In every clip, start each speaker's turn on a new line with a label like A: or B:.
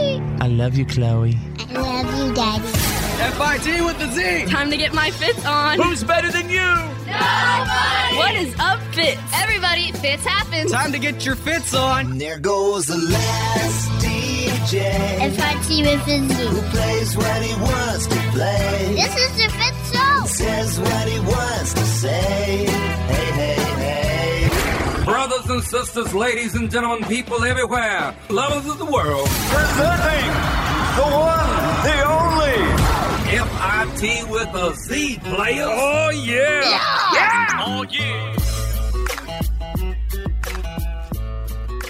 A: love you, Chloe.
B: I love you, Daddy.
C: FIT with the Z.
D: Time to get my fits on.
C: Who's better than you?
D: What is up, fits? Everybody, fits happens.
C: Time to get your fits on.
E: There goes the last DJ
B: If I see with
E: who
B: you.
E: plays what he wants to play,
B: This is the Fit Show.
E: says what he wants to say. Hey, hey, hey.
F: Brothers and sisters, ladies and gentlemen, people everywhere, lovers of the world,
G: Presenting the one, the only.
F: FIT with a Z player. Oh, yeah.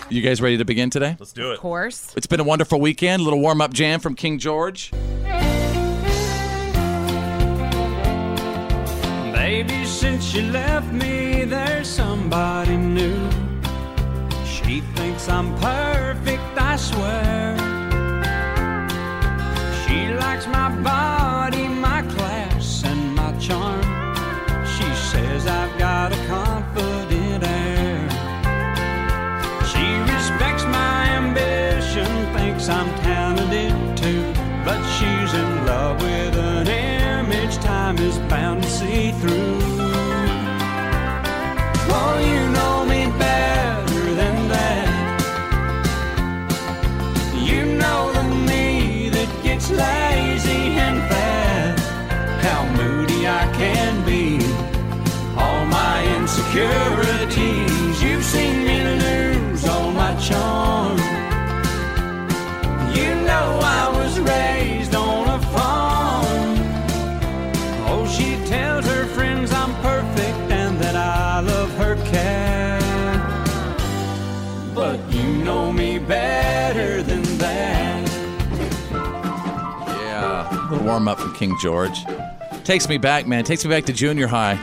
H: You guys ready to begin today?
G: Let's do it.
I: course.
H: It's been a wonderful weekend. A little warm up jam from King George.
C: Baby, since you left me, there's somebody new. She thinks I'm perfect, I swear. She likes my body, my class, and my charm. She says I've got a confident air. She respects my ambition, thinks I'm talented too. But she's in love with an image time is bound to see through. Oh, you know me better than that. You know the me that gets lazy and fat. How moody I can be all my insecurities. You've seen me lose all my charm. You know I was raised on a farm. Oh, she tells her friends I'm perfect and that I love her cat. But you know me better than that.
H: Yeah. A little warm up from King George. Takes me back, man. Takes me back to junior high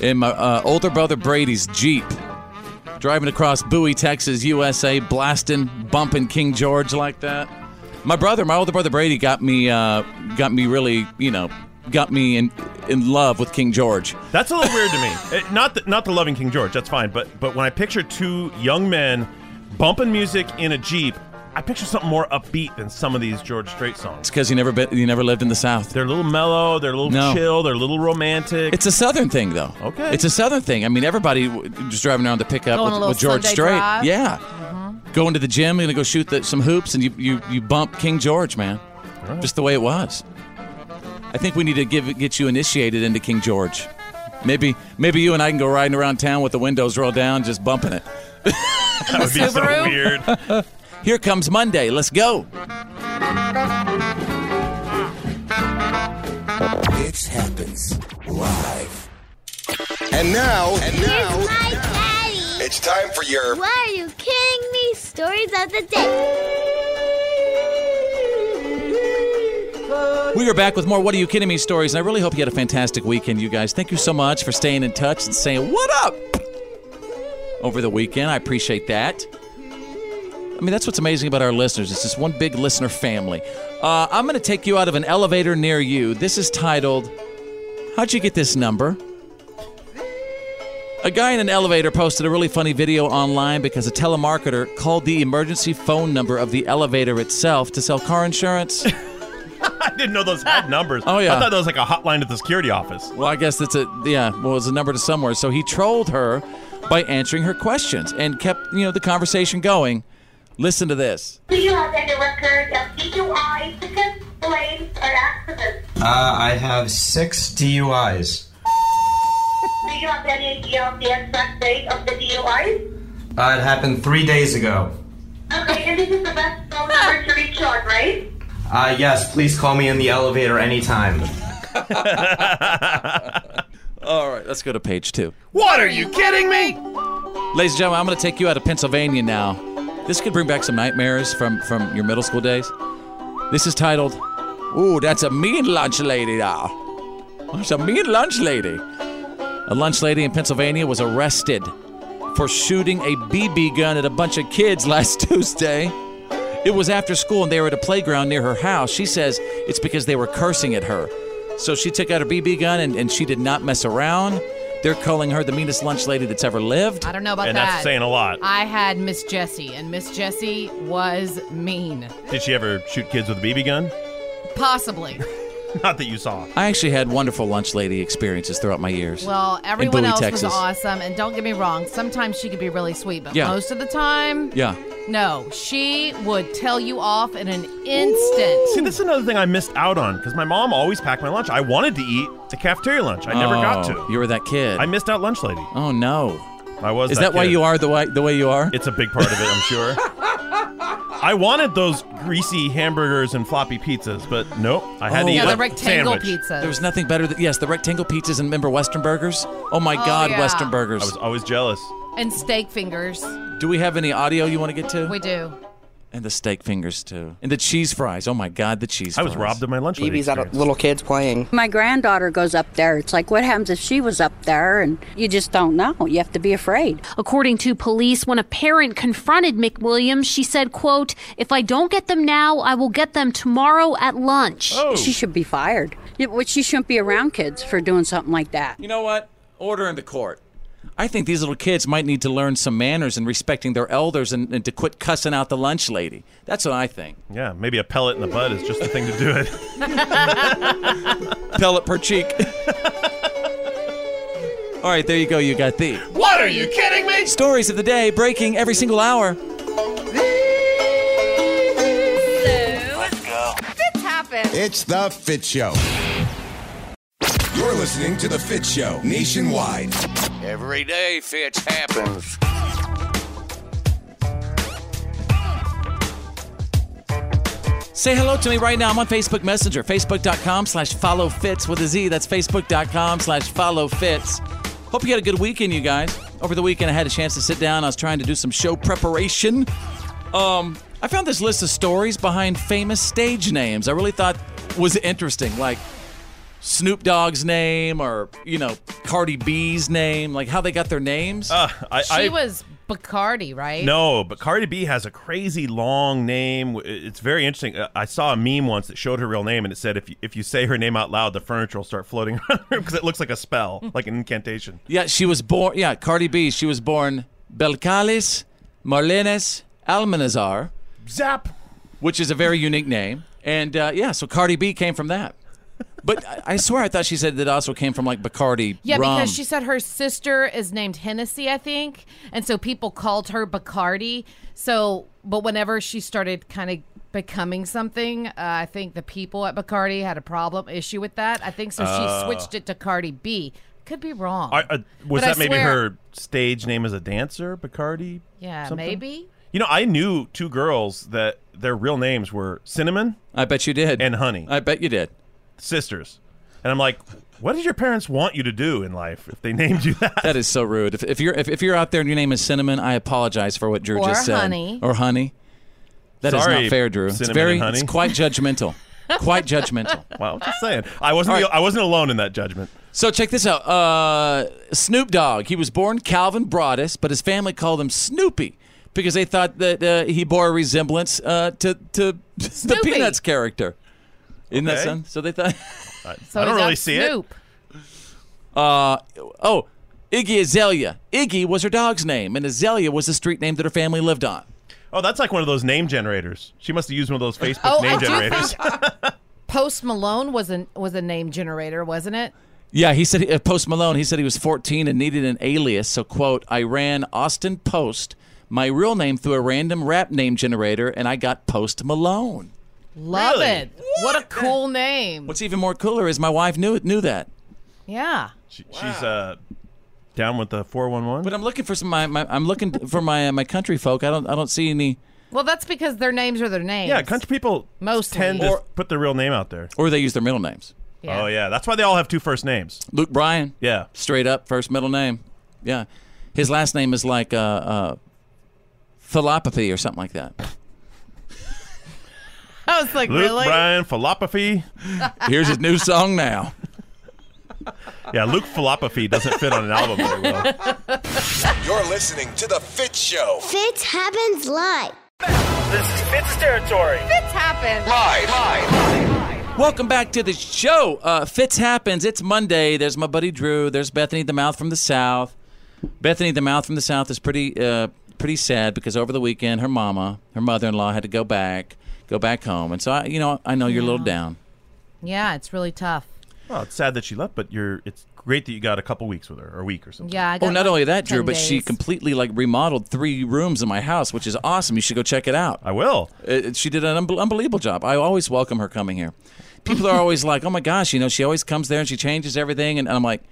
H: in my uh, older brother Brady's Jeep. Driving across Bowie, Texas, USA, blasting, bumping King George like that. My brother, my older brother Brady, got me, uh, got me really, you know, got me in in love with King George.
G: That's a little weird to me. Eh, not the, not the loving King George. That's fine. But but when I picture two young men bumping music in a jeep, I picture something more upbeat than some of these George Strait songs.
H: It's because he never been, he never lived in the South.
G: They're a little mellow. They're a little
H: No.
G: chill. They're a little romantic.
H: It's a southern thing, though.
G: Okay.
H: It's a southern thing. I mean, everybody w- just driving around the pickup
I: Going
H: with,
I: a little
H: with George
I: Sunday
H: Strait.
I: drive. Mm-hmm.
H: Yeah. Going to the gym, you're gonna go shoot the, some hoops, and you, you you bump King George, man. Just the way it was. I think we need to give get you initiated into King George. Maybe maybe you and I can go riding around town with the windows rolled down, just bumping it.
G: that would be so
I: Subaru?
G: weird.
H: Here comes Monday. Let's go.
E: It happens live.
J: And now, and
B: Here's
J: now,
B: my daddy.
J: it's time for your
B: Why are you kidding me? Stories of the day.
H: We are back with more What Are You Kidding Me stories, and I really hope you had a fantastic weekend, you guys. Thank you so much for staying in touch and saying, What up? over the weekend. I appreciate that. I mean, that's what's amazing about our listeners. It's just one big listener family. Uh, I'm going to take you out of an elevator near you. This is titled, How'd You Get This Number? A guy in an elevator posted a really funny video online because a telemarketer called the emergency phone number of the elevator itself to sell car insurance.
G: I didn't know those had numbers.
H: Oh, yeah.
G: I thought that was like a hotline at the security office.
H: Well, I guess that's a yeah. Well, it's a number to somewhere. So he trolled her by answering her questions and kept you know the conversation going. Listen to this.
B: Do you have any record of DUI, tickets, blames, or accidents?
C: Uh, I have six DUIs.
B: Do you have any idea of the exact date of the DUI?
C: Uh, it happened three days ago.
B: Okay, and this is the best phone number to reach on, right?
C: Uh, yes, please call me in the elevator anytime.
H: All right, let's go to page two.
G: What are you kidding me?
H: Ladies and gentlemen, I'm going to take you out of Pennsylvania now. This could bring back some nightmares from from your middle school days. This is titled, "Ooh, that's a mean lunch lady now." That's a mean lunch lady. A lunch lady in Pennsylvania was arrested for shooting a BB gun at a bunch of kids last Tuesday. It was after school and they were at a playground near her house. She says it's because they were cursing at her. So she took out her BB gun and, and she did not mess around. They're calling her the meanest lunch lady that's ever lived.
C: I don't know about
G: and
C: that.
G: that's saying a lot.
C: I had Miss Jessie, and Miss Jessie was mean.
G: Did she ever shoot kids with a BB gun?
C: Possibly.
G: Not that you saw.
H: I actually had wonderful lunch lady experiences throughout my years.
C: Well,
H: in
C: everyone
H: Bowie,
C: else
H: Texas.
C: was awesome, and don't get me wrong, sometimes she could be really sweet, but
H: Yeah.
C: most of the time,
H: Yeah.
C: no, she would tell you off in an instant.
G: See, this is another thing I missed out on because my mom always packed my lunch. I wanted to eat the cafeteria lunch. I never got
H: Oh,
G: to.
H: You were that kid.
G: I missed out lunch lady.
H: oh no.
G: I was.
H: Is that, why
G: kid.
H: you are the way the way you are?
G: It's a big part of it, I'm sure. I wanted those greasy hamburgers and floppy pizzas, but nope. I had
H: Oh.
G: to eat
C: yeah, the
G: a
C: rectangle
G: sandwich.
C: pizza.
H: there was nothing better than yes, the rectangle pizzas and remember Western burgers? Oh my god,
C: yeah.
H: Western burgers.
G: I was always jealous.
C: and steak fingers.
H: Do we have any audio you want to get to?
C: We do.
H: And the steak fingers too. And the cheese fries. Oh my god, the cheese
G: I
H: fries.
G: was robbed of my lunch lady
K: BB's out
G: experience.
K: of little kids playing.
F: My granddaughter goes up there. It's like, what happens if she was up there? And you just don't know. You have to be afraid.
L: According to police, when a parent confronted McWilliams, she said, quote, If I don't get them now, I will get them tomorrow at lunch.
G: Oh.
F: She should be fired. Yeah, but She shouldn't be around kids for doing something like that.
H: You know what? Order in the court. I think these little kids might need to learn some manners and respecting their elders and, and to quit cussing out the lunch lady. That's what I think.
G: Yeah, maybe a pellet in the butt is just the thing to do it.
H: Pellet per cheek. All right, there you go. You got the
G: what are you kidding me?
H: stories of the day breaking every single hour.
E: It's the Fit Show. You're listening to the Fit Show nationwide.
K: Every day, Fitch happens.
H: Say hello to me right now. I'm on Facebook Messenger, facebook.com slash follow fits with a Z. That's facebook.com slash follow fits. Hope you had a good weekend, you guys. Over the weekend, I had a chance to sit down. I was trying to do some show preparation. Um, I found this list of stories behind famous stage names I really thought was interesting, like Snoop Dogg's name or, you know, Cardi B's name, like how they got their names.
G: Uh, I,
C: She
G: I
C: was Bacardi, right?
G: no, but Cardi B has a crazy long name. It's very interesting. Uh, I saw a meme once that showed her real name, and it said if you, if you say her name out loud, the furniture will start floating around because it looks like a spell, like an incantation.
H: Yeah, she was born. Yeah, Cardi B. She was born Belcalis Marlenes Almanazar,
G: Zap.
H: which is a very unique name. And uh, yeah, so Cardi B came from that. But I, I swear, I thought she said that also came from like Bacardi
C: Yeah,
H: rum.
C: because she said her sister is named Hennessy, I think, and so people called her Bacardi. So, but whenever she started kind of becoming something, uh, I think the people at Bacardi had a problem issue with that. I think so. She switched it to Cardi B. Could be wrong.
G: Uh, I, uh, was
C: But I
G: that maybe
C: swear-
G: her stage name as a dancer, Bacardi?
C: Yeah,
G: something?
C: maybe.
G: You know, I knew two girls that their real names were Cinnamon
H: I bet you did.
G: and Honey,
H: I bet you did.
G: sisters. And I'm like, what did your parents want you to do in life if they named you that?
H: That is so rude. If, if you're if, if you're out there and your name is Cinnamon, I apologize for what Drew
C: Or
H: just said.
C: Honey.
H: Or honey. That is
G: Sorry,
H: not fair, Drew. it's
G: Cinnamon
H: very.
G: and Honey.
H: It's quite judgmental. quite judgmental.
G: Well, I'm just saying. I wasn't.
H: All
G: the-
H: right.
G: I wasn't alone in that judgment.
H: So check this out. Uh, Snoop Dogg. He was born Calvin Broadus, but his family called him Snoopy because they thought that uh, he bore a resemblance uh, to to the
C: Snoopy.
H: Peanuts character. Isn't that
G: Okay.
H: son? So they thought.
C: So
G: I don't
C: is that
G: really see it.
C: Snoop.
H: Uh, oh, Iggy Azalea. Iggy was her dog's name, and Azalea was the street name that her family lived on.
G: Oh, that's like one of those name generators. She must have used one of those Facebook
C: Oh, I
G: name
C: do
G: generators.
C: Post Malone was an was a name generator, wasn't it?
H: Yeah, he said uh, Post Malone. He said he was 14 and needed an alias. So, quote, I ran Austin Post, my real name through a random rap name generator, and I got Post Malone.
C: Love
G: Really?
C: it. What? a cool name.
H: What's even more cooler is my wife knew knew that.
C: Yeah.
G: She- She's uh, down with the four one
H: But
G: one.
H: I'm looking for some my, my I'm looking for my uh, my country folk. I don't I don't see any
C: Well, that's because their names are their names.
G: Yeah, country people
C: Mostly.
G: tend to
H: Or-
G: put their real name out there.
H: or they use their middle names.
G: Oh yeah, that's why they all have two first names.
H: Luke Bryan.
G: Yeah.
H: Straight up first middle name. Yeah. His last name is like uh uh philopathy or something like that.
C: I was like,
G: Luke
C: really?
G: Brian Philopathy.
H: Here's his new song now.
G: Yeah, Luke Philopathy doesn't fit on an album very well.
E: You're listening to the Fit Show.
B: Fitz happens live.
E: Live, live.
H: Welcome back to the show. Uh, Fitz happens. It's Monday. There's my buddy Drew. There's Bethany the Mouth from the South. Bethany the Mouth from the South is pretty uh, pretty sad because over the weekend her mama, her mother-in-law, had to go back go back home, and so I, you know I know you're a little down.
D: Yeah, it's really tough.
C: Well, it's sad that she left, but you're. It's great that you got a couple weeks with her, or a week or something.
D: Yeah. I
H: Oh,
D: got
H: not
D: like
H: only that, Drew,
D: 10
H: but she
D: days.
H: completely like remodeled three rooms in my house, which is awesome. You should go check it out. Uh,
C: I will.
H: she did an unbel unbelievable job. I always welcome her coming here. People are always like, "Oh my gosh," you know, she always comes there and she changes everything, and, and I'm like,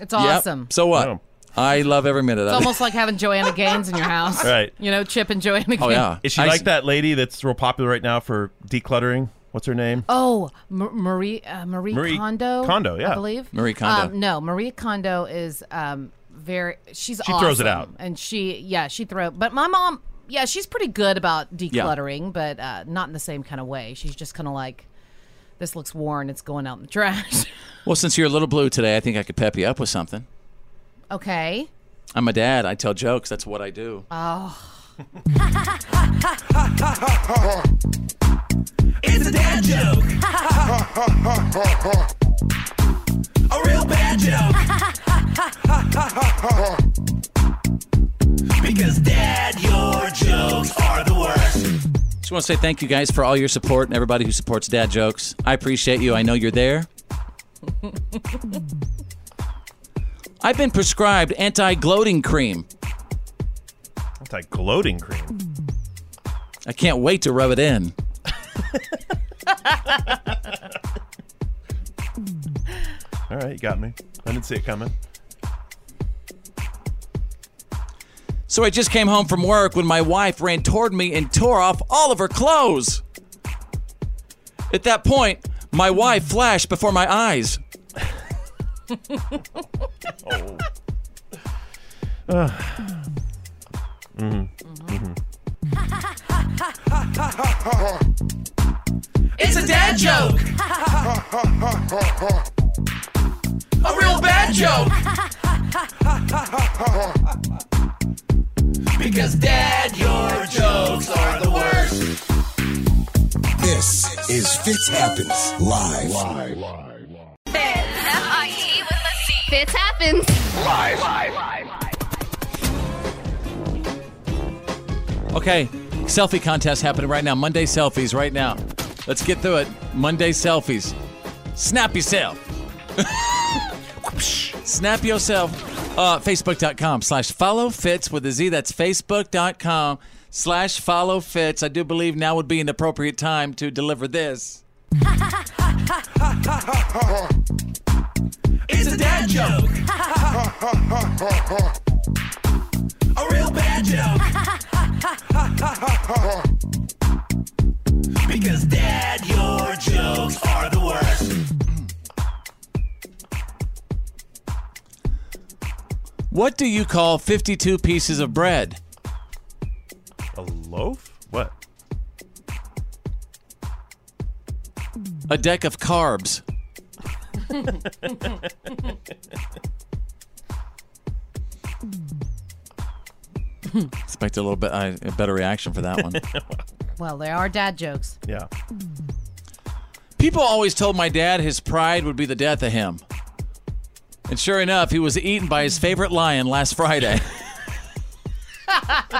D: It's
H: "Yep,
D: awesome.
H: so what? I love every minute of
D: It's
H: it.
D: almost like having Joanna Gaines in your house.
C: Right. Oh,
D: You know, Chip and Joanna Gaines.
C: Is she like that lady that's real popular right now for decluttering? What's her name?
D: Oh, M- Marie, uh, Marie
C: Marie
D: Kondo.
C: Kondo, yeah.
D: I believe
C: Marie Kondo.
D: Um, no, Maria Kondo is um, very. She's
C: She throws it
D: awesome.
C: out.
D: and she yeah she throw. But my mom, yeah, she's pretty good about decluttering, but uh, not in the same kind of way. She's just kind of like, this looks worn. It's going out in the trash.
H: Well, since you're a little blue today, I think I could pep you up with something.
D: okay.
H: I'm a dad. I tell jokes. That's what I do.
D: Oh.
F: It's a dad joke. a real bad joke. because dad, your jokes are the worst.
H: Just want to say thank you guys for all your support and everybody who supports dad jokes. I appreciate you. I know you're there. I've been prescribed anti-gloating cream.
C: Anti-gloating cream.
H: I can't wait to rub it in.
C: All right, you got me. I didn't see it coming.
H: So I just came home from work when my wife ran toward me and tore off all of her clothes. At that point, my wife flashed before my eyes.
C: Oh. Ah. Mhm. Mhm.
F: it's a dad joke. a real bad joke. because dad, your jokes are the worst.
E: This is Fitz Happens Live. Live.
M: F-I-T E with a C. Fitz happens.
E: Live.
H: Okay, selfie contest happening right now. Monday selfies right now. Let's get through it. Monday selfies. Snap yourself. Snap yourself. Uh, Facebook.com slash follow fits with a Z. That's Facebook.com slash follow fits. I do believe now would be an appropriate time to deliver this.
F: it's a dad joke. a real bad joke. because dad, your jokes are the worst.
H: What do you call 52 pieces of bread?
C: A loaf? What?
H: A deck of carbs. Expect a little bit I a better reaction for that one.
D: Well, there are dad jokes.
C: Yeah.
H: People always told my dad his pride would be the death of him. And sure enough, he was eaten by his favorite lion last Friday.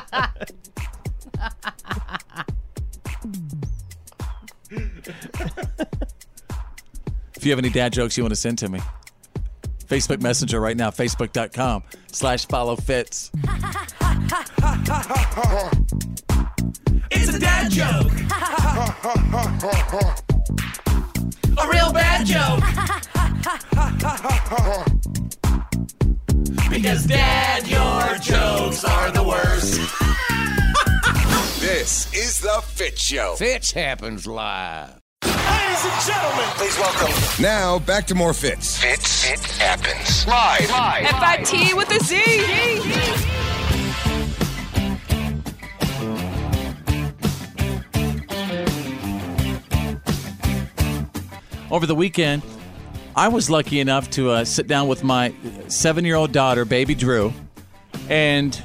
H: if you have any dad jokes you want to send to me, Facebook Messenger right now, facebook.com slash follow fits.
F: it's a dad joke. a real bad joke. because dad, your jokes are the worst.
E: This is the Fit Show.
I: Fitch happens live.
F: Ladies and gentlemen, please welcome.
E: Now back to more Fits. Fits. It happens live.
F: F-I-T with a Z.
H: over the weekend, I was lucky enough to uh, sit down with my seven year old daughter, baby Drew, and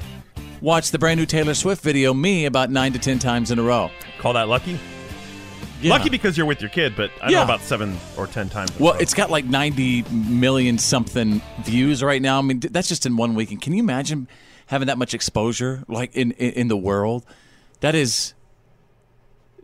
H: watch the brand new Taylor Swift video, Me, about nine to 10 times in a row.
C: Call that lucky?
H: Yeah.
C: Lucky because you're with your kid, but I know
H: Yeah.
C: about seven or ten times.
H: Well, it's got like 90 million something views right now. I mean, th- that's just in one week. And can you imagine having that much exposure like in in, in the world? That is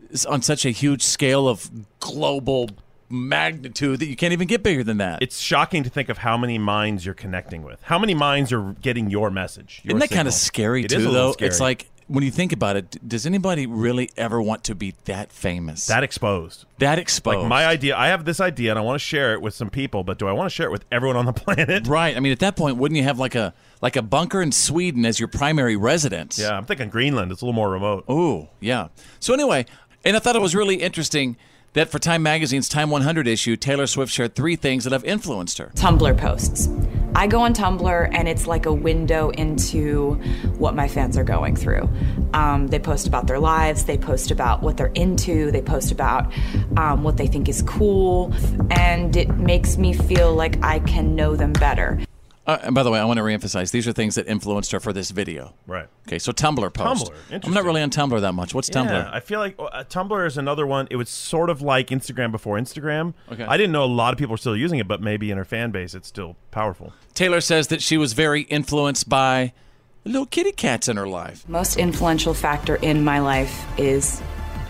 H: is on such a huge scale of global magnitude that you can't even get bigger than that.
C: It's shocking to think of how many minds you're connecting with. How many minds are getting your message? your
H: Isn't that kind
C: signal.
H: of scary
C: It
H: too,
C: is a little
H: though?
C: scary.
H: It's like when you think about it, d- does anybody really ever want to be that famous?
C: That exposed.
H: That exposed.
C: Like my idea, I have this idea and I want to share it with some people, but do I want to share it with everyone on the planet?
H: Right. I mean, at that point, wouldn't you have like a like a bunker in Sweden as your primary residence?
C: Yeah, uh, I'm thinking Greenland. It's a little more remote.
H: Ooh, yeah. So anyway, and I thought it was really interesting that for Time Magazine's Time 100 issue, Taylor Swift shared three things that have influenced her.
G: Tumblr posts. I go on Tumblr and it's like a window into what my fans are going through. Um, they post about their lives, they post about what they're into, they post about um, what they think is cool, and it makes me feel like I can know them better.
H: Uh, and by the way, I want to reemphasize these are things that influenced her for this video.
C: Right.
H: Okay, so Tumblr post.
C: Tumblr,
H: I'm not really on Tumblr that much. What's
C: Yeah,
H: Tumblr?
C: I feel like uh, Tumblr is another one. It was sort of like Instagram before Instagram.
H: Okay.
C: I didn't know a lot of people are still using it, but maybe in her fan base, it's still powerful.
H: Taylor says that she was very influenced by little kitty cats in her life.
G: Most influential factor in my life is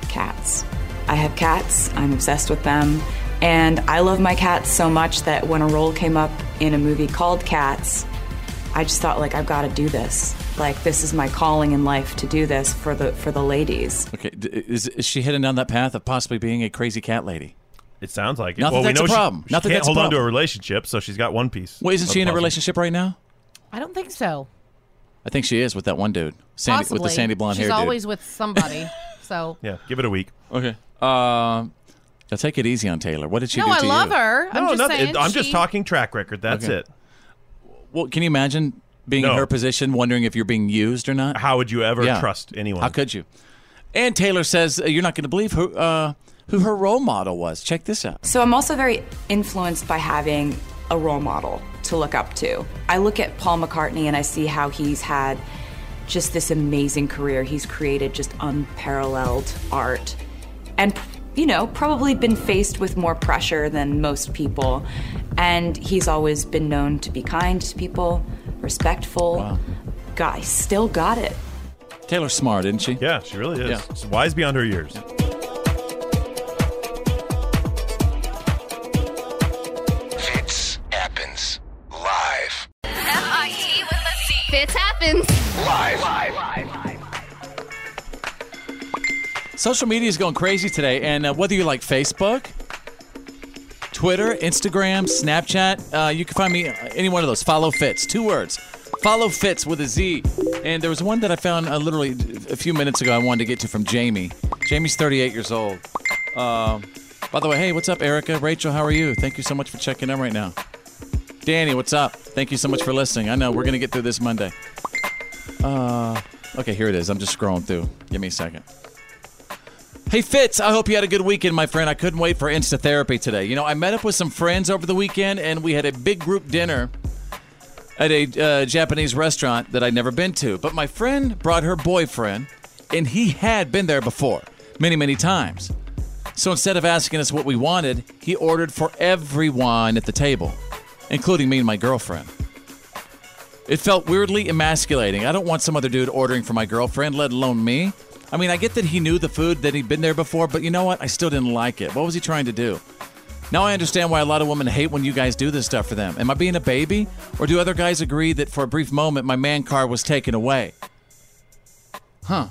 G: cats. I have cats, I'm obsessed with them, and I love my cats so much that when a role came up in a movie called Cats, I just thought like I've got to do this. Like this is my calling in life to do this for the for the ladies.
H: Okay, d- is, is she heading down that path of possibly being a crazy cat lady?
C: It sounds like it.
H: Not that
C: well, we
H: that's a
C: know she-
H: problem.
C: She,
H: Not that
C: can't
H: that's a
C: hold on to a
H: problem.
C: relationship, so she's got one piece.
H: Well, isn't
C: of
H: she
C: the
H: in a
C: puzzle.
H: relationship right now?
D: I don't think so.
H: I think she is with that one dude, Sandy,
D: Possibly.
H: with the sandy blonde
D: She's
H: hair. dude.
D: always with somebody. So
C: Yeah, give it a week.
H: Okay. Um, now take it easy on Taylor. What did she
D: no,
H: do
D: I
H: to
D: love
H: you?
D: her. I'm
C: no,
D: just
C: nothing.
D: saying.
C: I'm
D: she-
H: E-
C: just talking track record. That's
H: Okay.
C: it.
H: Well, can you imagine being in
C: No.
H: her position, wondering if you're being used or not?
C: How would you ever
H: Yeah.
C: trust anyone?
H: How could you? And Taylor says uh, you're not going to believe who uh, who her role model was. Check this out.
G: So I'm also very influenced by having a role model to look up to. I look at Paul McCartney and I see how he's had just this amazing career. He's created just unparalleled art and, you know, probably been faced with more pressure than most people. And he's always been known to be kind to people, respectful. Guy still got it.
H: Taylor's smart, isn't she?
C: Yeah, she really is.
H: Yeah.
C: She's wise beyond her years.
E: Fits happens live.
M: F-I-T E with a C. Fits happens.
E: Live. Live. Live.
H: Social media is going crazy today, and uh, whether you like Facebook, Twitter, Instagram, Snapchat, uh, you can find me uh, any one of those. Follow Fitz, two words. Follow Fitz with a Z. And there was one that I found uh, literally a few minutes ago. I wanted to get to from Jamie. Jamie's 38 years old. Um, by the way, hey, what's up, Erica? Rachel, how are you? Thank you so much for checking in right now. Danny, what's up? Thank you so much for listening. I know we're gonna get through this Monday. Uh, okay, here it is. I'm just scrolling through. Give me a second. Hey Fitz, I hope you had a good weekend, my friend. I couldn't wait for Insta therapy today. You know, I met up with some friends over the weekend, and we had a big group dinner at a uh, Japanese restaurant that I'd never been to. But my friend brought her boyfriend, and he had been there before, many, many times. So instead of asking us what we wanted, he ordered for everyone at the table, including me and my girlfriend. It felt weirdly emasculating. I don't want some other dude ordering for my girlfriend, let alone me. I mean, I get that he knew the food, that he'd been there before, but you know what? I still didn't like it. What was he trying to do? Now I understand why a lot of women hate when you guys do this stuff for them. Am I being a baby? Or do other guys agree that for a brief moment my man card was taken away? Huh.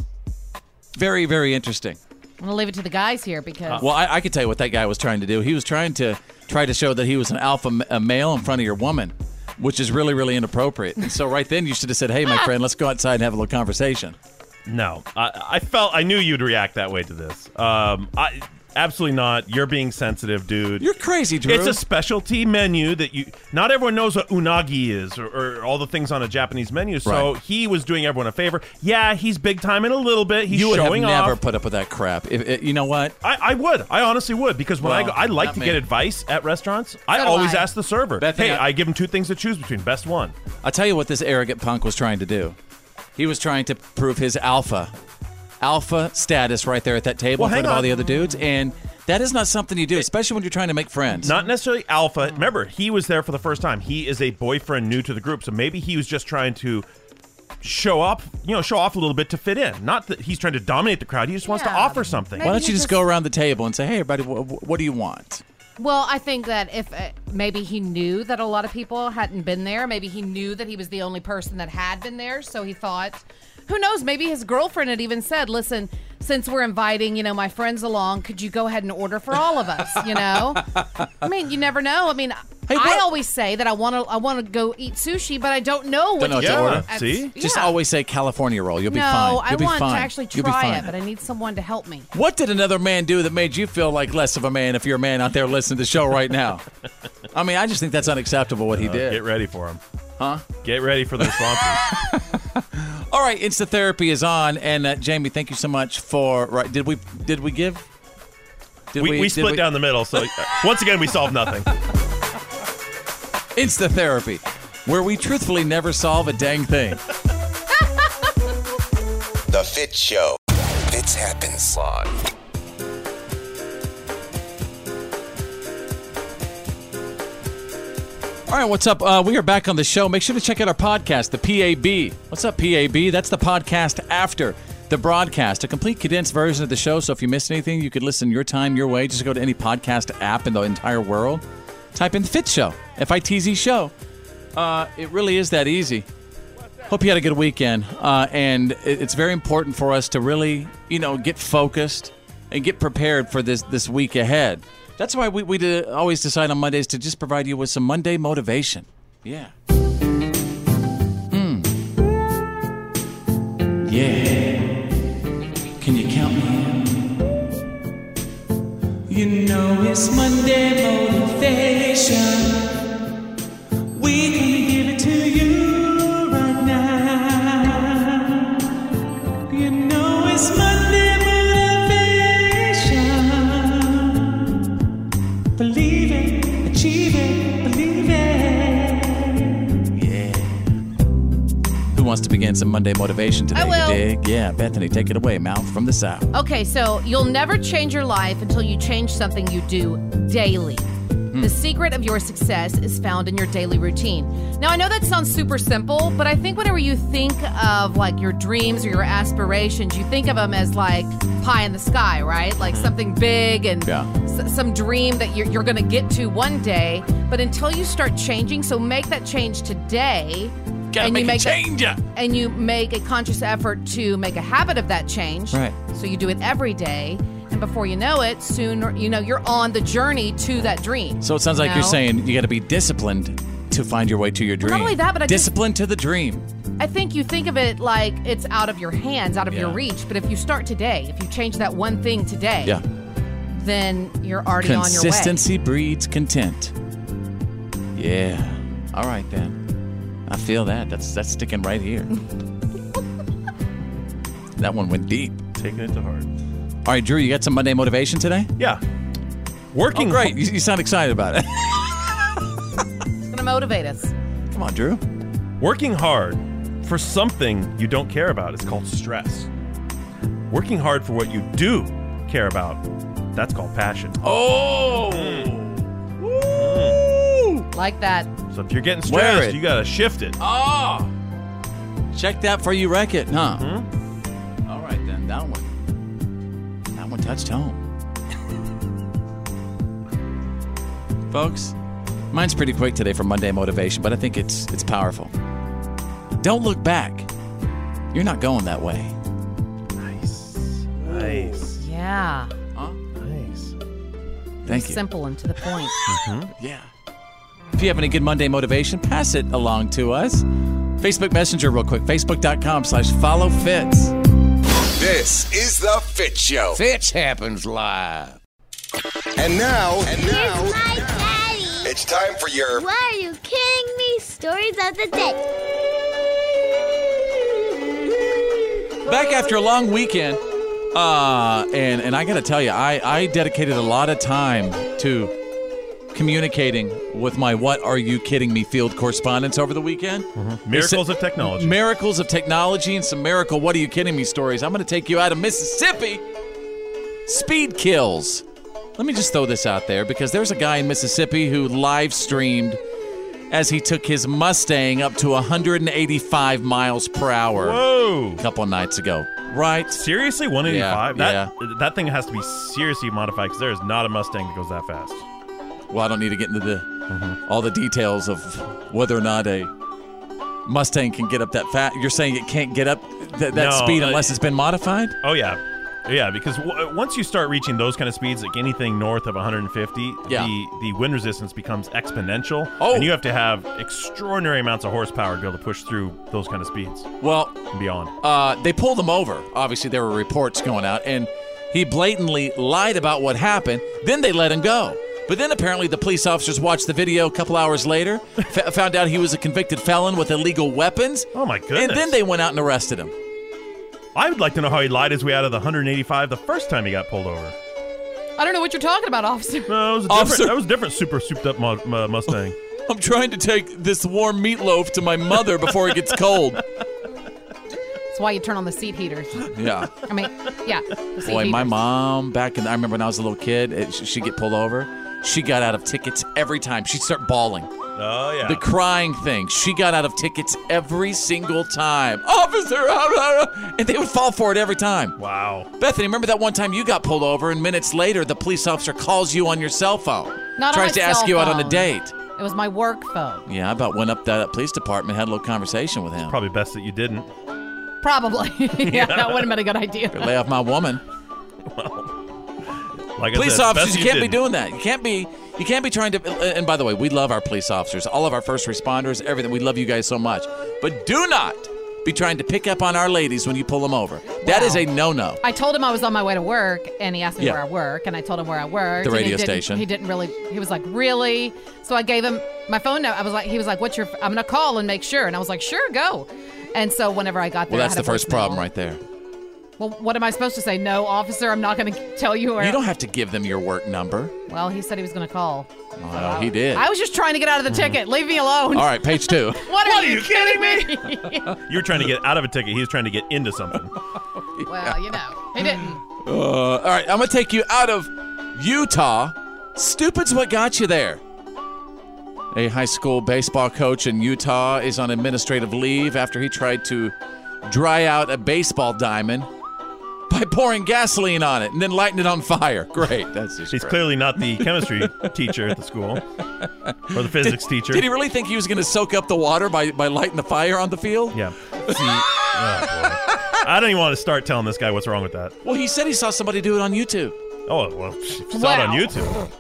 H: Very, very interesting.
D: I'm gonna leave it to the guys here because
H: Well, I, I could tell you what that guy was trying to do. He was trying to try to show that he was an alpha m- a male in front of your woman, which is really, really inappropriate. And so right then you should have said, "Hey, my friend, let's go outside and have a little conversation."
C: No, I, I felt I knew you'd react that way to this. Um, I absolutely not. You're being sensitive, dude. You're
H: crazy, Drew.
C: It's a specialty menu that you. Not everyone knows what unagi is, or, or all the things on a Japanese menu. So
H: Right.
C: he was doing everyone a favor. Yeah, he's big time in a little bit. He's
H: you would have
C: showing off.
H: never put up with that crap. If, if- you know what?
C: I, I would. I honestly would because when I
H: Well,
C: go, I like
H: not
C: to
H: me.
C: get advice at restaurants. I
H: do
C: always
H: I.
C: ask the server.
H: That thing
C: Hey,
H: I-
C: I give him two things to choose between. Best one.
H: I'll tell you what this arrogant punk was trying to do. He was trying to prove his alpha alpha status right there at that table
C: Well,
H: in front of
C: hang
H: all
C: on.
H: the other dudes, and that is not something you do, especially when you're trying to make friends.
C: Not necessarily alpha. Remember, he was there for the first time. He is a boyfriend new to the group, so maybe he was just trying to show up, you know, show off a little bit to fit in. Not that he's trying to dominate the crowd. He just wants to offer something.
H: Why don't you just, go around the table and say, "Hey, everybody, wh- wh- what do you want?"
D: Well, I think that if uh, maybe he knew that a lot of people hadn't been there, maybe he knew that he was the only person that had been there, so he thought, who knows, maybe his girlfriend had even said, "Listen, since we're inviting, you know, my friends along, could you go ahead and order for all of us, you know?" I mean, you never know. I mean, I always say that I want to I want to go eat sushi, but I don't know what
H: Don't know what to order.
D: I-
H: Just
D: yeah.
H: always say California roll. You'll be
D: no,
H: fine.
D: I
H: You'll be
D: want
H: fine.
D: to actually
H: You'll be
D: try
H: fine.
D: it, but I need someone to help me.
H: What did another man do that made you feel like less of a man if you're a man out there listening to the show right now? I mean, I just think that's unacceptable what he
C: Uh,
H: did.
C: Get ready for him.
H: Huh?
C: Get ready for the responses.
H: All right, Insta Therapy is on, and uh, Jamie, thank you so much for. Right, did we did we give? Did
C: we, we,
H: did
C: split down the middle, so uh, once again, we solved nothing.
H: Insta Therapy, where we truthfully never solve a dang thing.
E: The Fit Show. Fits happens live.
H: All right, what's up? Uh, we are back on the show. Make sure to check out our podcast, the PAB. What's up, PAB? That's the podcast after the broadcast, a complete condensed version of the show. So if you missed anything, you could listen your time, your way. Just go to any podcast app in the entire world. Type in Fit Show, F I T Z Show. Uh, it really is that easy. Hope you had a good weekend. Uh, and it- it's very important for us to really, you know, get focused and get prepared for this, this week ahead. That's why we, we de- always decide on Mondays to just provide you with some Monday motivation. Yeah. Yeah. Can you count me
F: You know it's Monday motivation. We gonna give it to you right now. You know it's Monday motivation. Believe it, achieve it, believe it.
H: Yeah. Who wants to begin some Monday motivation today?
D: I will.
H: You dig? Yeah, Bethany, take it away. Mouth from the south.
D: Okay, so you'll never change your life until you change something you do daily.
H: Hmm.
D: The secret of your success is found in your daily routine. Now, I know that sounds super simple, but I think whenever you think of like your dreams or your aspirations, you think of them as like pie in the sky, right? Like something big and
H: Hmm. Yeah.
D: s- some dream that you're, you're going to get to one day. But until you start changing, so make that change today.
H: Gotta
D: you
H: make a
D: that-
H: change.
D: and you make a conscious effort to make a habit of that change.
H: Right.
D: So you do it every day, and before you know it, soon you know you're on the journey to that dream.
H: So it sounds like
D: you
H: you're
D: know?
H: saying you got to be disciplined to find your way to your dream.
D: not only that, but I just-
H: discipline to the dream.
D: I think you think of it like it's out of your hands, out of your
H: Yeah.
D: reach. But if you start today, if you change that one thing today,
H: Yeah.
D: then you're already on your way.
H: Consistency breeds content. Yeah. All right then. I feel that. That's that's sticking right here. that one went deep.
C: Taking it to heart.
H: All right, Drew, you got some Monday motivation today?
C: Yeah. Working
H: Oh, great. You, you sound excited about it.
D: It's going to motivate us.
H: Come on, Drew.
C: Working hard for something you don't care about is called stress. Working hard for what you do care about, that's called passion.
H: Oh!
D: Like that.
C: So if you're getting
H: Wear
C: stressed,
H: it.
C: you gotta shift it.
H: Oh! Check that for you wreck it, huh? All right then, that one. That one touched home. Folks, mine's pretty quick today for Monday motivation, but I think it's it's powerful. Don't look back. You're not going that way.
C: Nice.
D: Yeah.
C: Nice.
H: Thank you.
D: Simple and to the point.
H: Yeah. If you have any good Monday motivation, pass it along to us. Facebook Messenger, real quick. Facebook.com slash follow fits.
E: This is the Fit Show. Fits happens live. And now, and now, it's time for your
B: Why are you kidding me? Stories of the day.
H: Back after a long weekend, uh, and and I gotta tell you, I I dedicated a lot of time to communicating with my "What Are You Kidding Me?" field correspondents over the weekend.
C: Miracles
H: They
C: of technology.
H: Miracles of technology and some miracle "What Are You Kidding Me?" stories. I'm going to take you out of Mississippi. Speed kills. Let me just throw this out there because there's a guy in Mississippi who live streamed as he took his Mustang up to 185 miles per hour.
C: Whoa! A
H: couple nights ago, right?
C: Seriously, 185.
H: Yeah,
C: that that thing has to be seriously modified because there is not a Mustang that goes that fast.
H: Well, I don't need to get into the all the details of whether or not a Mustang can get up that fat. You're saying it can't get up th- that
C: No,
H: speed
C: uh,
H: unless it's been modified.
C: Oh yeah, yeah. Because w- uh, once you start reaching those kind of speeds, like anything north of 150, the the wind resistance becomes exponential. Oh, and you have to have extraordinary amounts of horsepower to be able to push through those kind of speeds.
H: Well,
C: and beyond.
H: Uh, they pulled him over. Obviously, there were reports going out, and he blatantly lied about what happened. Then they let him go. But then apparently the police officers watched the video a couple hours later, f- found out he was a convicted felon with illegal weapons.
C: Oh my goodness!
H: And then they went out and arrested him.
C: I would like to know how he lied his way out of the 185 the first time he got pulled over.
D: I don't know what you're talking about, officer.
C: No, That was a different- that was a different super souped up mu- mu- Mustang.
H: I'm trying to take this warm meatloaf to my mother before it gets cold.
D: That's why you turn on the seat heaters.
H: Yeah.
D: I mean, yeah. the seat
H: Boy, my
D: heaters.
H: mom back in, I remember when I was a little kid, it, she- she'd get pulled over. She got out of tickets every time. She'd start bawling.
C: Oh, yeah.
H: The crying thing. She got out of tickets every single time. Officer! ah, ah, ah, And they would fall for it every time.
C: Wow.
H: Bethany, remember that one time you got pulled over, and minutes later, the police officer calls you on your cell phone.
D: Not on
H: tries
D: my
H: to ask
D: cell
H: you out on a
D: phone.
H: date.
D: It was my work phone.
H: Yeah, I about went up to that police department, had a little conversation with him.
C: Probably best that you didn't.
D: Probably. yeah, that wouldn't have been a good idea.
H: Lay off my woman.
C: Like I
H: police
C: said, best
H: officers, you
C: you
H: can't be
C: didn't.
H: doing that. You can't be. You can't be trying to. uh, And by the way, we love our police officers, all of our first responders, everything. We love you guys so much. But do not be trying to pick up on our ladies when you pull them over. That is a no-no.
D: I told him I was on my way to work, and he asked me
H: Yeah.
D: where I work, and I told him where I worked.
H: The
D: and he
H: radio
D: didn't-
H: station.
D: He didn't really. He was like, "Really?" So I gave him my phone number. I was like, "He was like, what's your? I'm gonna call and make sure." And I was like, "Sure, go." And so whenever I got there,
H: Well,
D: I
H: that's
D: had
H: the
D: a
H: first
D: voicemail.
H: problem right there.
D: Well, what am I supposed to say? No, officer, I'm not gonna tell you where.
H: You don't have to give them your work number.
D: well, he said he was gonna call.
H: Oh, he did.
D: I was just trying to get out of the ticket. Leave me alone.
H: Mm-hmm. All right, page two.
D: What are, you kidding me?
C: You were trying to get out of a ticket. He was trying to get into something.
D: well, you know, he didn't.
H: Uh, all right, I'm gonna take you out of Utah. Stupid's what got you there. A high school baseball coach in Utah is on administrative leave after he tried to dry out a baseball diamond by pouring gasoline on it and then lighting it on fire. Great, that's just
C: He's
H: great.
C: clearly not the chemistry teacher at the school or the physics teacher.
H: Did he really think he was gonna soak up the water by, by lighting the fire on the field?
C: Yeah. oh, I don't even want to start telling this guy what's wrong with that.
H: Well, he said he saw somebody do it on YouTube.
C: Oh, well, if you saw it on
D: Wow.
C: YouTube.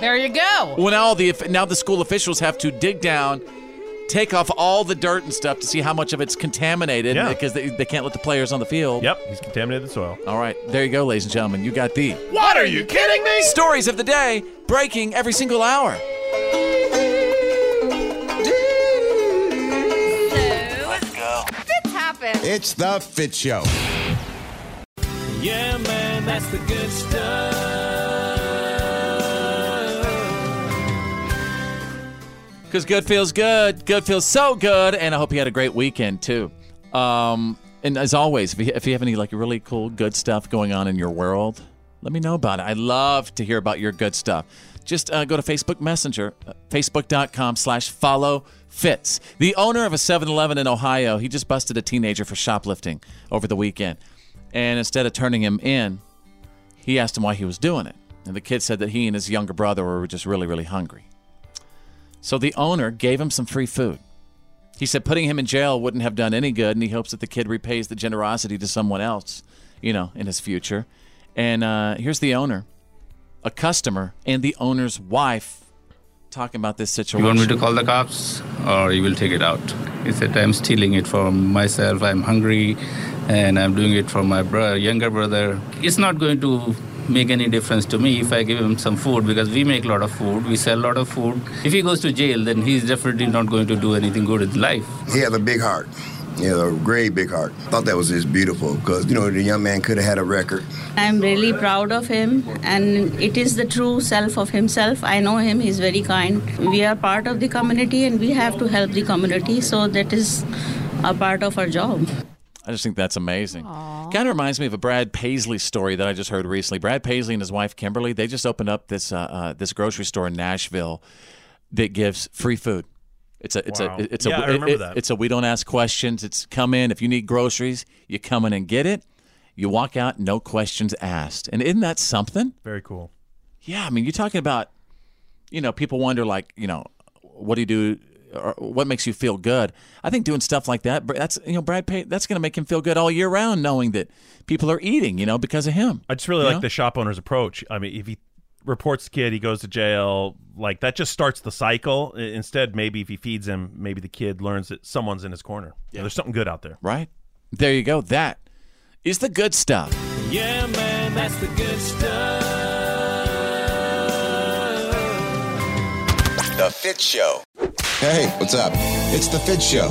D: There you go.
H: Well, now the now the school officials have to dig down, take off all the dirt and stuff to see how much of it's contaminated
C: Yeah.
H: because they, they can't let the players on the field.
C: Yep, he's contaminated the soil.
H: All right, there you go, ladies and gentlemen. You got the
C: What are you kidding me?
H: stories of the day breaking every single hour.
E: Let's go.
M: Fitz happens.
E: It's the Fit Show.
F: Yeah, man, that's the good stuff.
H: Because good feels good. Good feels so good. And I hope you had a great weekend, too. Um, and as always, if you, if you have any like really cool, good stuff going on in your world, let me know about it. I love to hear about your good stuff. Just uh, go to Facebook Messenger, uh, facebook.com slash follow Fitz. The owner of a 7 Eleven in Ohio, he just busted a teenager for shoplifting over the weekend. And instead of turning him in, he asked him why he was doing it. And the kid said that he and his younger brother were just really, really hungry. So the owner gave him some free food. He said putting him in jail wouldn't have done any good, and he hopes that the kid repays the generosity to someone else, you know, in his future. And uh, here's the owner, a customer, and the owner's wife talking about this situation.
N: You want me to call the cops or you will take it out? He said, I'm stealing it for myself. I'm hungry and I'm doing it for my bro- younger brother. It's not going to make any difference to me if I give him some food because we make a lot of food. We sell a lot of food. If he goes to jail, then he's definitely not going to do anything good in life.
E: He has a big heart. Yeah, a great big heart. Thought that was just beautiful because, you know, the young man could have had a record.
O: I'm really proud of him, and it is the true self of himself. I know him, he's very kind. We are part of the community, and we have to help the community, so that is a part of our job.
H: I just think that's amazing. Kind of reminds me of a Brad Paisley story that I just heard recently. Brad Paisley and his wife Kimberly they just opened up this uh, uh, this grocery store in Nashville that gives free food. It's a it's
C: Wow.
H: a it's
C: Yeah,
H: a
C: I remember
H: it-
C: that.
H: it's a we don't ask questions. It's come in if you need groceries, you come in and get it. You walk out, no questions asked. And isn't that something?
C: Very cool.
H: Yeah, I mean, you're talking about, you know, people wonder like, you know, what do you do, or what makes you feel good? I think doing stuff like that, Br- that's you know, Brad Payne, that's going to make him feel good all year round, knowing that people are eating, you know, because of him.
C: I just really
H: You
C: like
H: know?
C: the shop owner's approach. I mean, if he reports the kid, he goes to jail. Like that just starts the cycle. I- Instead, maybe if he feeds him, maybe the kid learns that someone's in his corner. Yeah. there's something good out there.
H: Right. There you go. That is the good stuff.
F: Yeah, man, that's the good stuff.
E: The Fit Show. Hey, what's up? It's The Fit Show.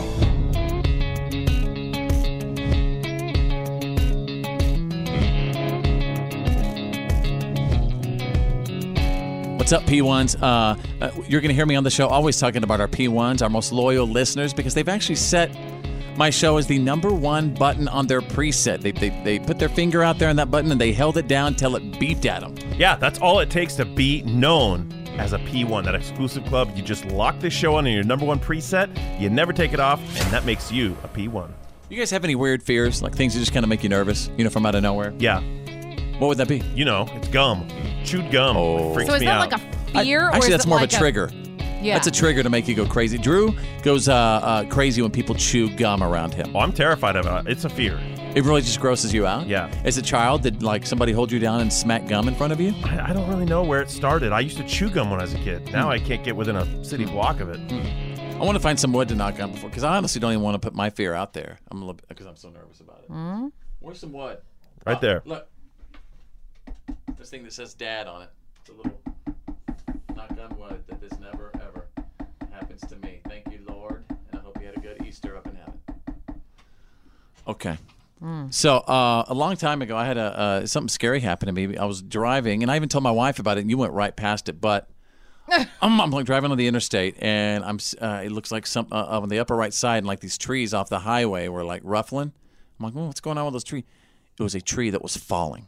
H: What's up, P1s? Uh, uh, you're going to hear me on the show always talking about our P1s, our most loyal listeners, because they've actually set my show as the number one button on their preset. They, they, they put their finger out there on that button and they held it down till it beeped at them.
C: Yeah, that's all it takes to be known as a P1, that exclusive club. You just lock this show on in your number one preset. You never take it off, and that makes you a P1.
H: You guys have any weird fears, like things that just kind of make you nervous, you know, from out of nowhere?
C: Yeah.
H: What would that be?
C: You know, it's gum, chewed gum. Oh. Freaks
D: So is
C: me
D: that like
C: out.
D: a fear? or
H: Actually,
D: is
H: that's
D: it
H: more
D: like
H: of a trigger.
D: Yeah.
H: That's a trigger to make you go crazy. Drew goes uh, uh, crazy when people chew gum around him.
C: Oh, I'm terrified of it. It's a fear.
H: It really just grosses you out.
C: Yeah.
H: As a child, did like somebody hold you down and smack gum in front of you?
C: I I don't really know where it started. I used to chew gum when I was a kid. Now I can't get within a city block of it.
H: I want to find some wood to knock on before, because I honestly don't even want to put my fear out there. I'm a little because I'm so nervous about it. Where's some wood? Uh,
C: Right there.
H: Look, this thing that says "Dad" on it. It's a little knock on wood that this never ever happens to me. Thank you, Lord, and I hope you had a good Easter up in heaven. Okay. So uh, a long time ago, I had a uh, something scary happen to me. I was driving, and I even told my wife about it, and you went right past it. But I'm, I'm like driving on the interstate, and I'm s- uh, it looks like some uh, on the upper right side, and like these trees off the highway were like ruffling. I'm like, well, what's going on with those trees? It was a tree that was falling,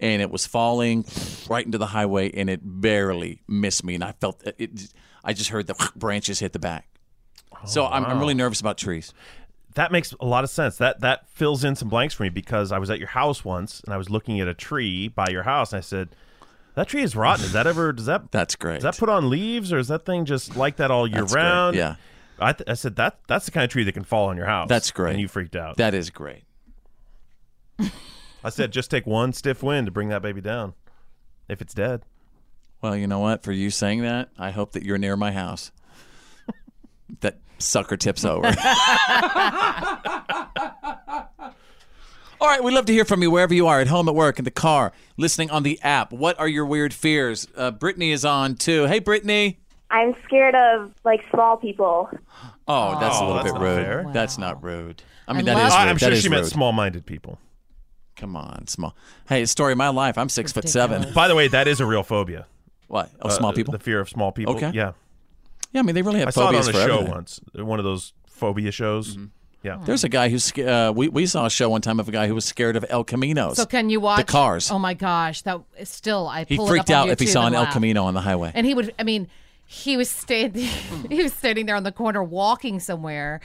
H: and it was falling right into the highway, and it barely missed me, and I felt uh, it. it I just heard the branches hit the back. so I'm, I'm
C: Oh, wow.
H: really nervous about trees.
C: That makes a lot of sense. That that fills in some blanks for me because I was at your house once and I was looking at a tree by your house and I said, "That tree is rotten. Is that ever does that
H: That's great.
C: Does that put on leaves or is that thing just like that all year
H: That's great,
C: round?"
H: yeah.
C: I, th- I said that that's the kind of tree that can fall on your house.
H: That's great.
C: And you freaked out.
H: That is great.
C: I said just take one stiff wind to bring that baby down. If it's dead.
H: Well, you know what? For you saying that, I hope that you're near my house. that sucker tips over. All right, we'd love to hear from you wherever you are at home, at work, in the car, listening on the app. What are your weird fears? Uh, Brittany is on too. Hey, Brittany.
P: I'm scared of like small people.
H: Oh, that's a
C: Oh,
H: little
C: that's
H: bit
C: not
H: rude.
C: fair.
H: That's not rude. I
C: I
H: mean, that
C: love-
H: is.
C: I-
H: rude.
C: I'm sure
H: That is
C: she meant
H: rude.
C: small-minded people.
H: Come on, small. Hey, it's story of my life. I'm six foot seven.
C: By the way, that is a real phobia.
H: What? Of small people?
C: The fear of small people.
H: Okay.
C: Yeah.
H: Yeah, I mean, they really have
C: Uh, I saw it
H: phobias
C: on a
H: for
C: show
H: everything. Mm-hmm.
C: once. One of those phobia shows. Yeah.
H: There's a guy who's sca- uh, we we saw a show one time of a guy who was scared of El Caminos.
D: So can you watch
H: the cars?
D: Oh my gosh, that is still I.
H: he
D: pull it
H: freaked
D: up
H: out
D: on
H: if he
D: YouTube
H: saw an
D: and
H: El
D: laugh.
H: Camino on the highway.
D: And he would, I mean, he was standing,
H: Hmm.
D: he was standing there on the corner walking somewhere,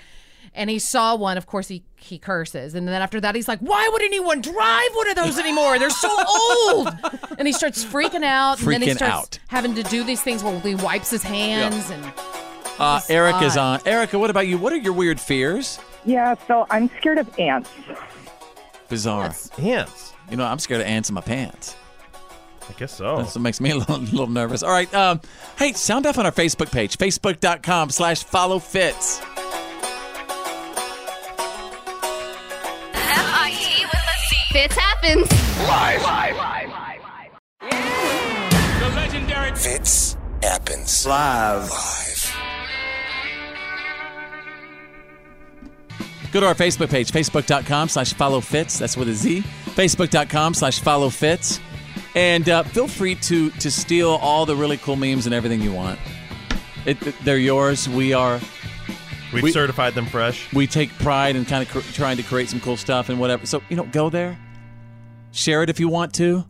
D: and he saw one. Of course, he he curses, and then after that, he's like, "Why would anyone drive one of those anymore? They're so old!" and he starts freaking out, and then he
H: Freaking
D: starts
H: out.
D: having to do these things where he wipes his hands and.
H: Uh, Erica's
D: odd.
H: on. Erica, what about you? What are your weird fears?
Q: Yeah, so I'm scared of ants.
H: Bizarre.
C: Ants.
H: You know, I'm scared of ants in my pants.
C: I guess
D: Oh.
C: so.
H: That's what makes me a little, little nervous. All right. Um, hey, sound off on our Facebook page, facebook.com slash follow fits.
M: F-I-T E with a C. Fits happens.
E: Live.
M: Live.
E: The legendary Fits happens live. Live.
H: Go to our Facebook page, facebook.com slash follow fits. That's with a Z. Facebook.com slash follow fits. And uh, feel free to, to steal all the really cool memes and everything you want. It, they're yours. We are.
C: We've certified them fresh.
H: We take pride in kind of cr- trying to create some cool stuff and whatever. So, you know, go there. Share it if you want to.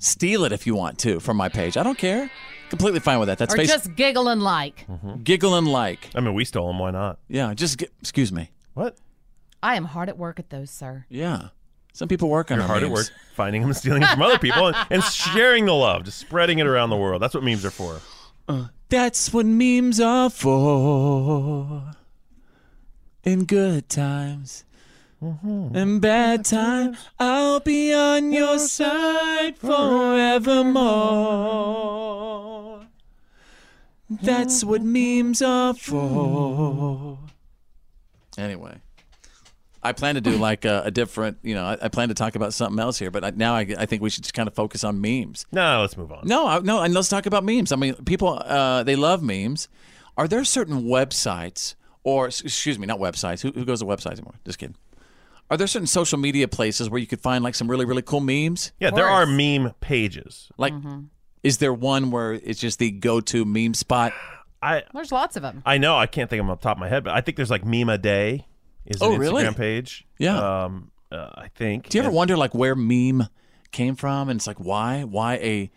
H: Steal it if you want to from my page. I don't care. Completely fine with that. That's
D: or
H: face- Hmm.
D: just giggle and like.
H: giggle and like.
C: I mean, we stole them. Why not?
H: Yeah, just gi- excuse me. What?
D: I am hard at work at those, sir.
H: Yeah. Some people work on
C: You're
H: our
C: hard
H: memes.
C: at work finding them and stealing them from other people and, and sharing the love, just spreading it around the world. That's what memes are for.
H: That's what memes are for. In good times. In bad times, I'll be on your side forevermore. That's what memes are for. Anyway, I plan to do like a, a different, you know, I, I plan to talk about something else here, but I, now I, I think we should just kind of focus on memes.
C: No, let's move on.
H: No, I, no, and let's talk about memes. I mean, people uh, they love memes. Are there certain websites or s- excuse me, not websites? Who, who goes to websites anymore? Just kidding. Are there certain social media places where you could find like some really really cool memes?
C: Yeah, there are
H: meme pages. Like,
D: Mm-hmm.
H: is there one where it's just the go to meme spot?
C: I
D: There's lots of them.
C: I know I can't think of them off the top of my head, but I think there's like meme a day is an
H: Oh, really?
C: Instagram page.
H: Yeah.
C: Um, uh, I think.
H: Do you ever
C: And-
H: wonder like where meme came from and it's like why why a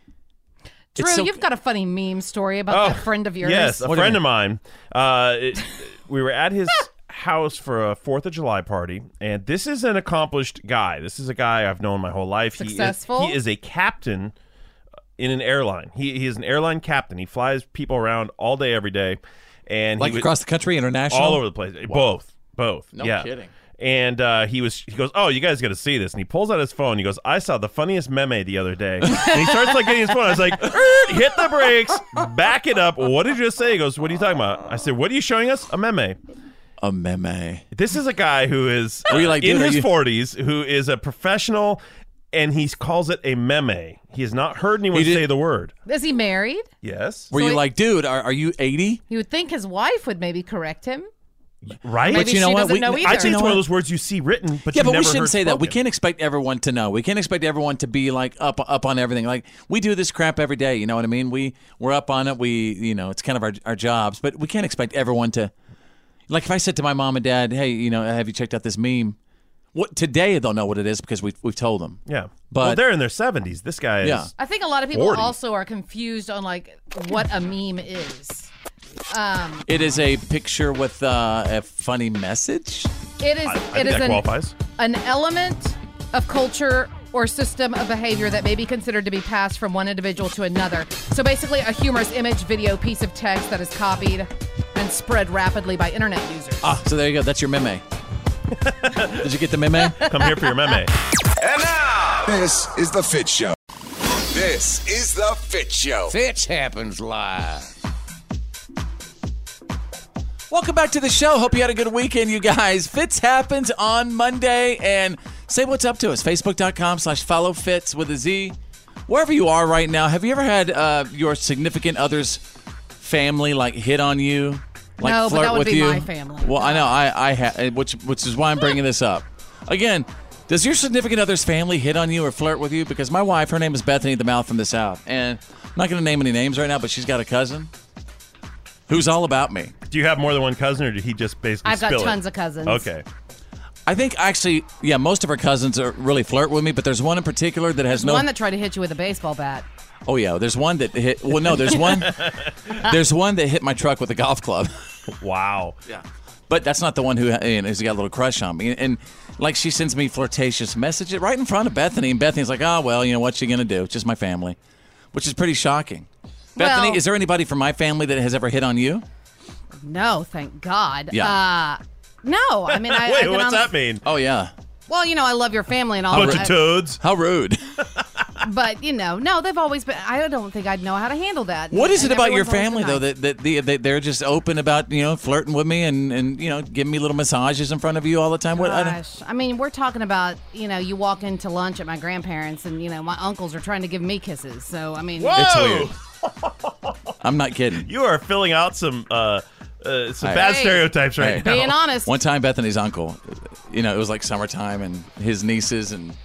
D: Drew,
H: it's so-
D: you've got a funny meme story about
C: Oh,
D: that friend of yours.
C: Yes, a friend of mine. Uh, it- we were at his house for a Fourth of July party, and this is an accomplished guy. This is a guy I've known my whole life. He is-
D: Successful?
C: He is, a captain in an airline. He, he is an airline captain. He flies people around all day, every day, and
H: Like
C: he was-
H: across the country, international?
C: all over the place.
H: Wow.
C: Both, both.
H: No
C: yeah.
H: kidding.
C: And uh, he was, he goes, oh, you guys got to see this. And he pulls out his phone. He goes, I saw the funniest meme the other day. And he starts like getting his phone. I was like, "Er, hit the brakes, back it up. What did you just say? He goes, what are you talking about? I said, what are you showing us? A meme.
H: A meme.
C: This is a guy who is
H: Were you like,
C: in
H: dude, are
C: his
H: you-
C: 40s, who is a professional, and he calls it a meme. He has not heard anyone say the word.
D: Is he married?
C: Yes.
H: Were
D: So
H: you
D: it-
H: like, dude, are, are you 80?
D: You would think his wife would maybe correct him.
C: Right?
D: Maybe But you she know what? doesn't We- know either.
C: I think
D: You know
C: it's one
D: what?
C: of those words you see written, but
H: yeah,
C: you
H: but we
C: never
H: shouldn't
C: heard
H: say that. We
C: spoken.
H: can't expect everyone to know. We can't expect everyone to be like up up on everything. Like we do this crap every day. You know what I mean? We we're up on it. We you know it's kind of our our jobs, but we can't expect everyone to. Like if I said to my mom and dad, hey, you know, have you checked out this meme? What today they'll know what it is because we we've told them.
C: Yeah,
H: but
C: well, they're in their seventies. This guy is.
H: Yeah.
D: I think a lot of people
H: 40.
D: also are confused on like what a meme is. Um,
H: it is a picture with uh, a funny message.
D: it is it is an,
H: qualifies.
D: an element of culture or system of behavior that may be considered to be passed from one individual to another. So basically, a humorous image, video, piece of text that is copied and spread rapidly by internet users.
H: Ah, so there you go. That's your meme. Did you get the meme?
C: Come here for your meme.
E: This is the Fit Show. This is the Fit Show. Fitch happens live.
H: Welcome back to the show. Hope you had a good weekend, you guys. Fits happens on Monday, and say what's up to us. Facebook.com slash follow fits with a Z. Wherever you are right now, have you ever had uh, your significant other's family like hit on you, like
D: No, but
H: flirt
D: that would
H: with
D: be
H: you?
D: my family.
H: Well, I know I I ha- eh, which which is why I'm bringing this up again. Does your significant other's family hit on you or flirt with you? Because my wife, her name is Bethany the Mouth from the South, and I'm not going to name any names right now, but she's got a cousin who's all about me.
C: Do you have more than one cousin, or did he just basically?
D: I've got
C: spill it?
D: tons of cousins.
C: Okay.
H: I think actually, yeah, most of her cousins are really flirt with me, but there's one in particular that has
D: There's
H: no.
D: one that tried to hit you with a baseball bat.
H: oh yeah, there's one that hit. Well, no, there's one. there's one that hit my truck with a golf club.
C: Wow.
H: Yeah. But that's not the one who you know, who's got a little crush on me, and, and like she sends me flirtatious messages right in front of Bethany, and Bethany's like, "Oh well, you know what's she gonna do? It's just my family," which is pretty shocking. Bethany,
D: Well-
H: is there anybody from my family that has ever hit on you?
D: No, thank God.
H: Yeah.
D: Uh, no, I mean, I,
C: Wait,
D: I've been
C: what's
D: on-
C: that mean?
H: Oh yeah,
D: Well, you know, I love your family and all that.
C: toads.
H: How rude.
D: But you know, no, they've always been. I don't think I'd know how to handle that.
H: What is it
D: And
H: about your
D: everyone's
H: family
D: always
H: though that, that the, that they're just open about you know flirting with me and and you know giving me little massages in front of you all the time? What? I
D: been
H: don't-
D: nice. Gosh, I mean, we're talking about you know, you walk into lunch at my grandparents, and you know, my uncles are trying to give me kisses. So I mean,
H: It's weird. I'm not kidding.
C: You are filling out some uh, uh, some
H: Hey.
C: bad stereotypes right
H: Hey.
C: now.
D: Being honest.
H: One time, Bethany's uncle you know, it was like summertime, and his nieces and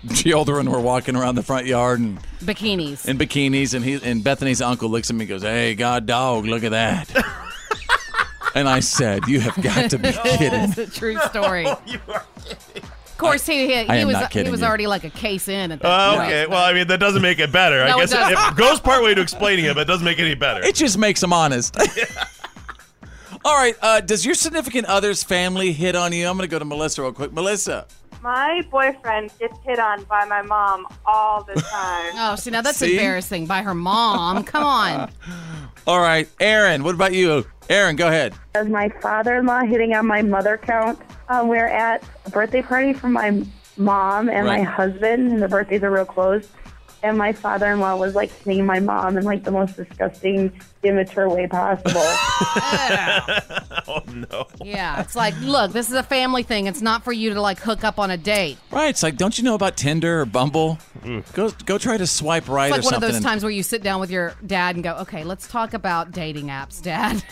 H: children were walking around the front yard and
D: Bikinis.
H: in bikinis, and he and Bethany's uncle looks at me and goes, "Hey, God, dog, look at that." and I said, "You have got to be kidding."
D: It's a true story. Of course, he he,
H: I
D: he
H: am
D: was
H: not
D: he
H: kidding
D: was
H: you. Uh,
D: already like a case in. At that
C: Oh,
D: point.
C: okay. Well, I mean, that doesn't make it better.
D: No, it
C: I guess it,
D: doesn't.
C: it goes part way to explaining it, but it doesn't make it any better.
H: It just makes him honest. All right. Uh, does your significant other's family hit on you? I'm going to go to Melissa real quick. Melissa.
R: My boyfriend gets hit on by my mom all the time.
D: Oh, see now that's
H: See?
D: embarrassing by her mom. Come on.
H: All right. Aaron, what about you? Aaron, go ahead.
Q: As my father-in-law hitting on my mother count, um, we're at a birthday party for my mom and my
H: Right.
Q: husband, and the birthdays are real close. And my father-in-law was like hitting my mom in like the most disgusting, immature way possible.
C: oh no.
D: Yeah, it's like, look, this is a family thing. It's not for you to like hook up on a date.
H: Right. It's like, don't you know about Tinder or Bumble? Go go try to swipe right
D: It's like
H: or
D: one
H: something.
D: of those
H: and-
D: times where you sit down with your dad and go, okay, let's talk about dating apps, dad.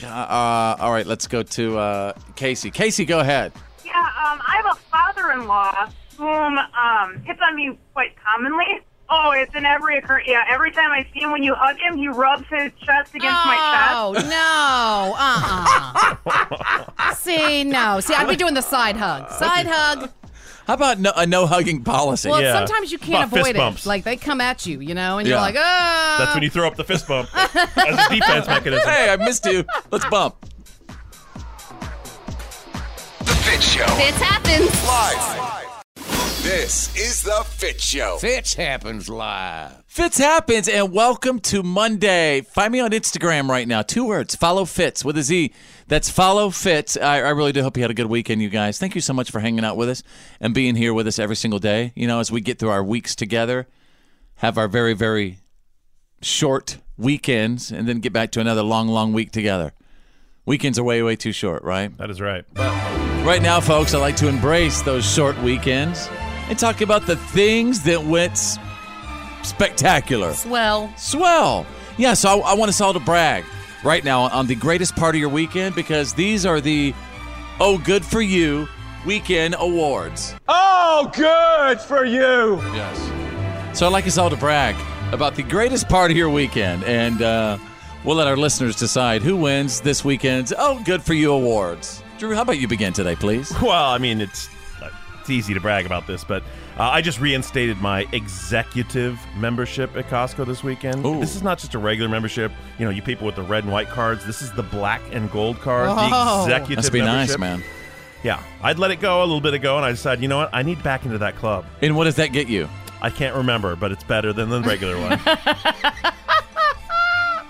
H: Uh, uh, all right. Let's go to uh, Casey. Casey, go ahead.
S: Yeah, um, I have a father-in-law whom um, hits on me quite commonly. Oh, it's in every occur. Yeah, every time I see him, when you hug him, he rubs his chest against my
D: Oh,
S: chest.
D: no. Uh uh See, no. See, I'd be doing the side hug. Side hug.
H: How about no, a no hugging policy?
D: Well, sometimes you can't avoid it. Like, they come at you, you know, and you're
H: Yeah.
D: like, oh.
C: That's when you throw up the fist bump as a defense mechanism.
H: Hey, I missed you. Let's bump.
E: The Fit Show.
M: Fits happens.
E: Live. This is the Fit Show.
I: Fitch happens live.
H: Fitz happens, and welcome to Monday. Find me on Instagram right now. Two words: follow Fitz with a Z. That's follow Fitz. I, I really do hope you had a good weekend, you guys. Thank you so much for hanging out with us and being here with us every single day. You know, as we get through our weeks together, have our very very short weekends, and then get back to another long long week together. Weekends are way way too short, right?
C: That is right.
H: Right now, folks, I like to embrace those short weekends and talk about the things that went s- spectacular.
D: Swell.
H: Swell. Yeah, so I, I want us all to brag right now on the greatest part of your weekend because these are the Oh Good For You Weekend Awards.
I: Oh, good for you.
H: Yes. So I'd like us all to brag about the greatest part of your weekend, and uh, we'll let our listeners decide who wins this weekend's Oh Good For You Awards. Drew, how about you begin today, please?
C: Well, I mean, it's like, it's easy to brag about this, but uh, I just reinstated my executive membership at Costco this weekend. This is not just a regular membership. You know, you people with the red and white cards. This is the black and gold card.
H: Oh.
C: The executive.
H: Must be nice,
C: membership.
H: man.
C: Yeah, I'd let it go a little bit ago, and I decided, you know what, I need back into that club.
H: And what does that get you?
C: I can't remember, but it's better than the regular one.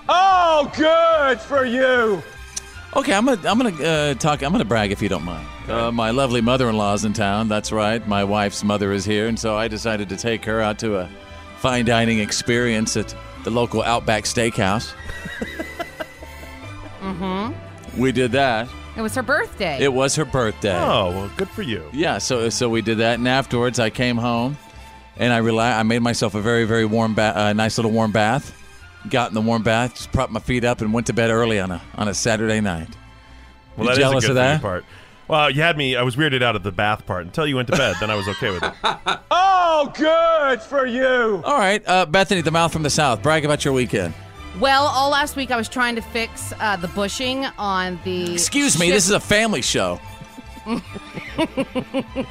I: Oh, good for you.
H: Okay, I'm gonna I'm gonna uh, talk. I'm gonna brag if you don't mind. Uh, my lovely mother-in-law's in town. That's right. My wife's mother is here, and so I decided to take her out to a fine dining experience at the local Outback Steakhouse.
D: Mm
H: We did that.
D: hmm. It was her birthday.
H: It was her birthday.
C: Oh, well, good for you.
H: Yeah, so so we did that, and afterwards I came home, and I rela- I made myself a very very warm bath, uh, nice little warm bath. Got in the warm bath, just propped my feet up, and went to bed early on a on a Saturday night. you
C: Well, that is
H: jealous
C: a
H: of
C: good for you
H: that?
C: part. Well, you had me. I was weirded out at the bath part until you went to bed. then I was okay with it.
I: Oh, good for you.
H: All right, uh, Bethany, the mouth from the south, brag about your weekend.
D: Well, all last week I was trying to fix uh, the bushing on the.
H: Excuse me, this is a family show.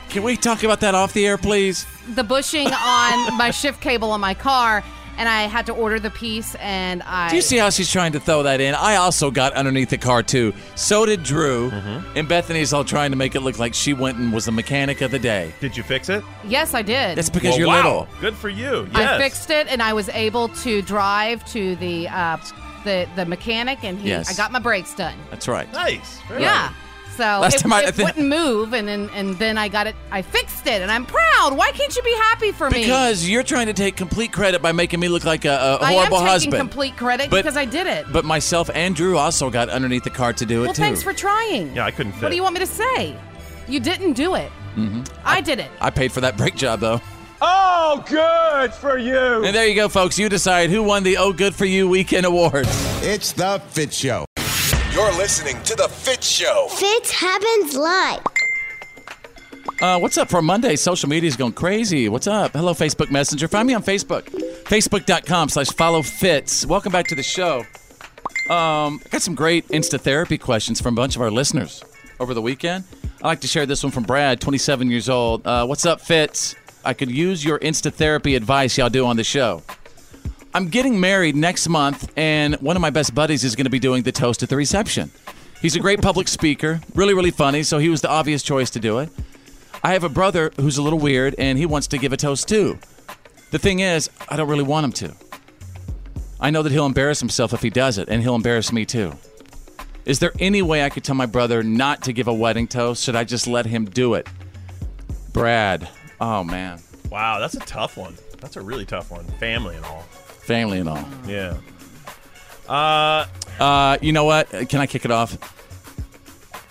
H: Can we talk about that off the air, please?
D: the bushing on my shift cable on my car, and I had to order the piece, and I.
H: Do you see how she's trying to throw that in? I also got underneath the car too. So did Drew.
C: Mm-hmm.
H: And Bethany's all trying to make it look like she went and was the mechanic of the day.
C: Did you fix it?
D: Yes, I did.
H: That's because
C: Well,
H: you're
C: wow.
H: little.
C: Good for you. Yes.
D: I fixed it, and I was able to drive to the uh, the the mechanic, and he,
H: Yes.
D: I got my brakes done.
H: That's right.
C: Nice. Very
D: Yeah. So
H: Last
D: it,
H: time I-
D: it wouldn't move, and then and then I got it. I fixed it, and I'm proud. Why can't you be happy for me?
H: Because you're trying to take complete credit by making me look like a, a
D: I am
H: horrible
D: taking
H: husband.
D: complete credit
H: But-
D: because I did it.
H: but myself and Drew also got underneath the car to do it
D: well,
H: too.
D: thanks for trying.
H: I couldn't
D: What do you want me to say? You didn't do it.
H: hmm
D: I did it.
H: I paid for that brake job though.
I: Oh, good for you.
H: And there you go, folks. You decide who won the Oh Good For You Weekend Awards.
E: It's the Fit Show. You're listening to the Fit Show.
B: Fits happens live.
H: Uh, what's up for Monday? Social media's going crazy. What's up? Hello, Facebook Messenger. Find me on Facebook. Facebook.com slash follow fits. Welcome back to the show. Um, I got some great Insta therapy questions from a bunch of our listeners over the weekend. I like to share this one from Brad, 27 years old. Uh, what's up, Fitz? I could use your Insta therapy advice y'all do on the show. I'm getting married next month, and one of my best buddies is going to be doing the toast at the reception. He's a great public speaker, really, really funny, so he was the obvious choice to do it. I have a brother who's a little weird, and he wants to give a toast too. The thing is, I don't really want him to. I know that he'll embarrass himself if he does it, and he'll embarrass me too. Is there any way I could tell my brother not to give a wedding toast? Should I just let him do it? Brad. Oh, man.
C: Wow, that's a tough one. That's a really tough one. Family and all.
H: Family and all.
C: Yeah. Uh,
H: uh, you know what? Can I kick it off?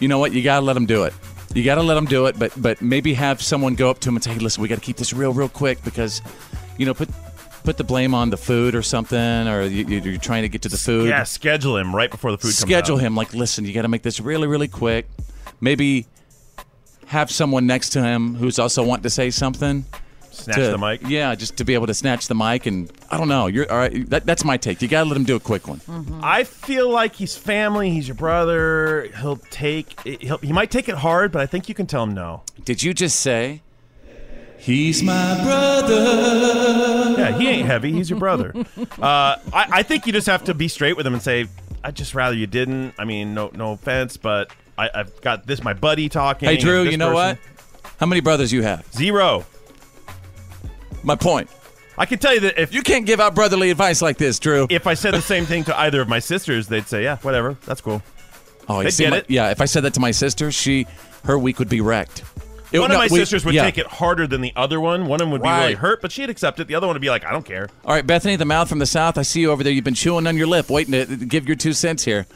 H: You know what? You gotta let him do it. You gotta let him do it, but but maybe have someone go up to him and say, "Hey, listen, we gotta keep this real, real quick because, you know, put put the blame on the food or something, or you, you- you're trying to get to the food."
C: Yeah, schedule him right before the food comes out.
H: schedule him like listen you got to make this really really quick maybe have someone next to him who's also wanting to say something
C: Snatch
H: to-
C: the mic?
H: yeah just to be able to snatch the mic and i don't know you're all right that, that's my take you gotta let him do a quick one
C: I feel like he's family. He's your brother. He'll take. He'll, he might take it hard, but I think you can tell him no.
H: did you just say he's my brother
C: Yeah, he ain't heavy. He's your brother. uh, I, I think you just have to be straight with him and say, "I'd just rather you didn't." I mean, no, no offense, but I, I've got this. My buddy talking.
H: hey drew
C: and this
H: you know
C: person."
H: what how many brothers you have
C: zero
H: my point
C: I can tell you that if
H: you can't give out brotherly advice like this, Drew.
C: If I said the same thing to either of my sisters, they'd say, "Yeah, whatever. That's cool."
H: oh you
C: They'd
H: see
C: get
H: my-
C: it.
H: yeah if i said that to my sister she her week would be wrecked It-
C: one
H: no,
C: of my
H: we-
C: sisters would
H: yeah.
C: take it harder than the other one. One of them would be really
H: Right.
C: hurt, but she'd accept it. The other one would be like, "I don't care."
H: All right, Bethany, the mouth from the south. I see you over there. You've been chewing on your lip, waiting to give your two cents here.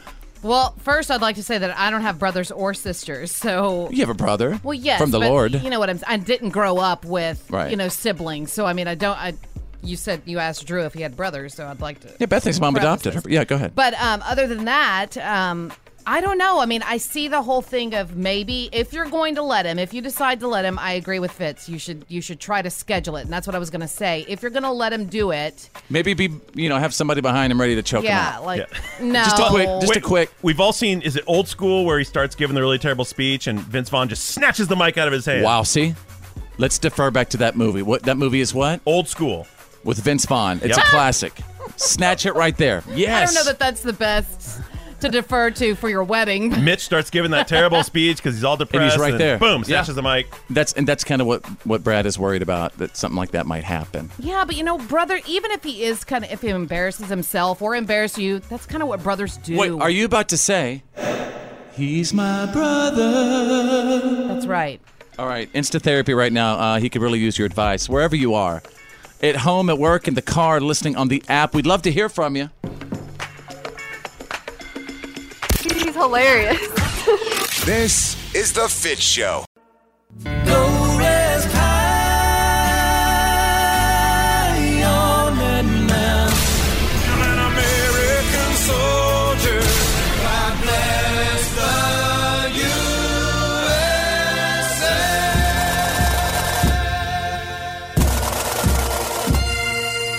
D: Well, first, I'd like to say that I don't have brothers or sisters, so
H: You have a brother.
D: Well, yes,
H: From the
D: but
H: Lord.
D: You know what I'm. s- I didn't grow up with
H: Right.
D: you know siblings, so I mean, I don't. I you said you asked Drew if he had brothers, so I'd like to.
H: yeah, Bethany's mom
D: preface
H: adopted her.
D: this.
H: Yeah, go ahead.
D: But um, other than that, um, I don't know. I mean, I see the whole thing of maybe if you're going to let him, if you decide to let him, I agree with Fitz. You should you should try to schedule it, and that's what I was going to say. If you're going to let him do it,
H: Maybe be you know have somebody behind him ready to choke him
D: yeah,
H: out.
D: like no,
C: Wait, We've all seen. Is it old school where he starts giving the really terrible speech and Vince Vaughn just snatches the mic out of his hand?
H: Wow. See, let's defer back to that movie. What that movie is? What
C: old school
H: with Vince Vaughn. It's
D: Yep.
H: a classic. Snatch it right there.
D: I don't
H: Yes.
D: know that that's the best to defer to for your wedding.
C: Mitch starts giving that terrible speech because he's all
H: And
C: depressed.
H: he's right
C: and
H: there.
C: Boom!
H: Yeah.
C: Snatches the mic.
H: That's and that's kind of what what Brad is worried about. That something like that might happen.
D: Yeah, but you know, brother, even if he is kind of, if he embarrasses himself or embarrass you, that's kind of what brothers do.
H: Wait, are you about to say? He's my brother.
D: That's right.
H: All right, Insta therapy right now. Uh, he could really use your advice wherever you are, at home, at work, in the car, listening on the app. We'd love to hear from you.
T: He's hilarious.
E: This is The Fit Show.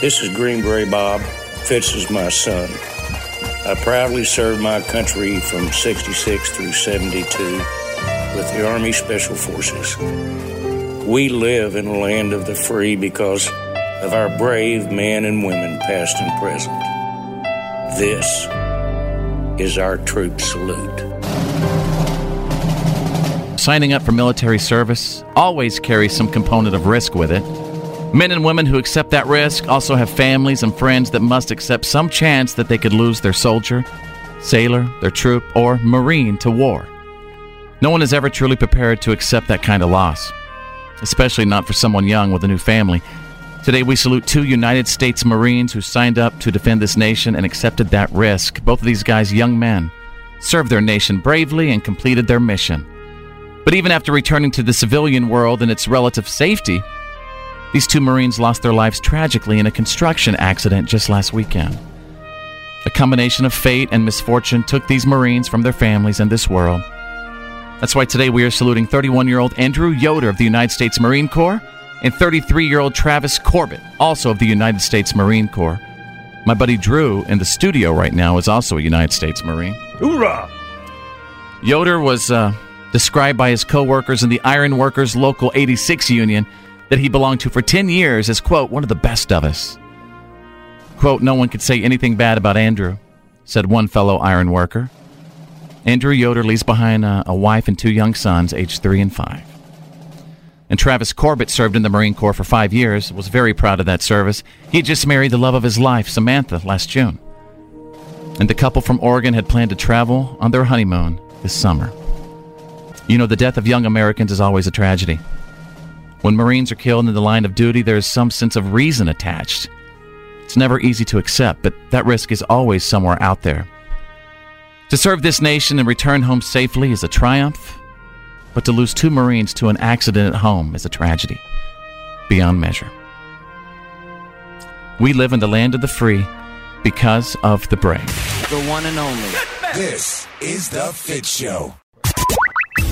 U: This is Greenberry Bob. Fitz is my son. I proudly served my country from 66 through 72 with the Army Special Forces. We live in a land of the free because of our brave men and women, past and present. This is our troop salute.
H: Signing up for military service always carries some component of risk with it. Men and women who accept that risk also have families and friends that must accept some chance that they could lose their soldier, sailor, their troop, or Marine to war. No one is ever truly prepared to accept that kind of loss, especially not for someone young with a new family. Today, we salute two United States Marines who signed up to defend this nation and accepted that risk. Both of these guys, young men, served their nation bravely and completed their mission. But even after returning to the civilian world and its relative safety, these two Marines lost their lives tragically in a construction accident just last weekend. A combination of fate and misfortune took these Marines from their families and this world. That's why today we are saluting 31 year old Andrew Yoder of the United States Marine Corps and 33 year old Travis Corbett, also of the United States Marine Corps. My buddy Drew in the studio right now is also a United States Marine.
C: Hoorah!
H: Yoder was uh, described by his coworkers in the Iron Workers Local 86 Union that he belonged to for 10 years as, quote, one of the best of us. Quote, no one could say anything bad about Andrew, said one fellow iron worker. Andrew Yoder leaves behind a, a wife and two young sons, aged three and five. And Travis Corbett served in the Marine Corps for five years, was very proud of that service. He had just married the love of his life, Samantha, last June. And the couple from Oregon had planned to travel on their honeymoon this summer. You know, the death of young Americans is always a tragedy. When Marines are killed in the line of duty, there is some sense of reason attached. It's never easy to accept, but that risk is always somewhere out there. To serve this nation and return home safely is a triumph, but to lose two Marines to an accident at home is a tragedy beyond measure. We live in the land of the free because of the brave.
E: The one and only. This is The Fit Show.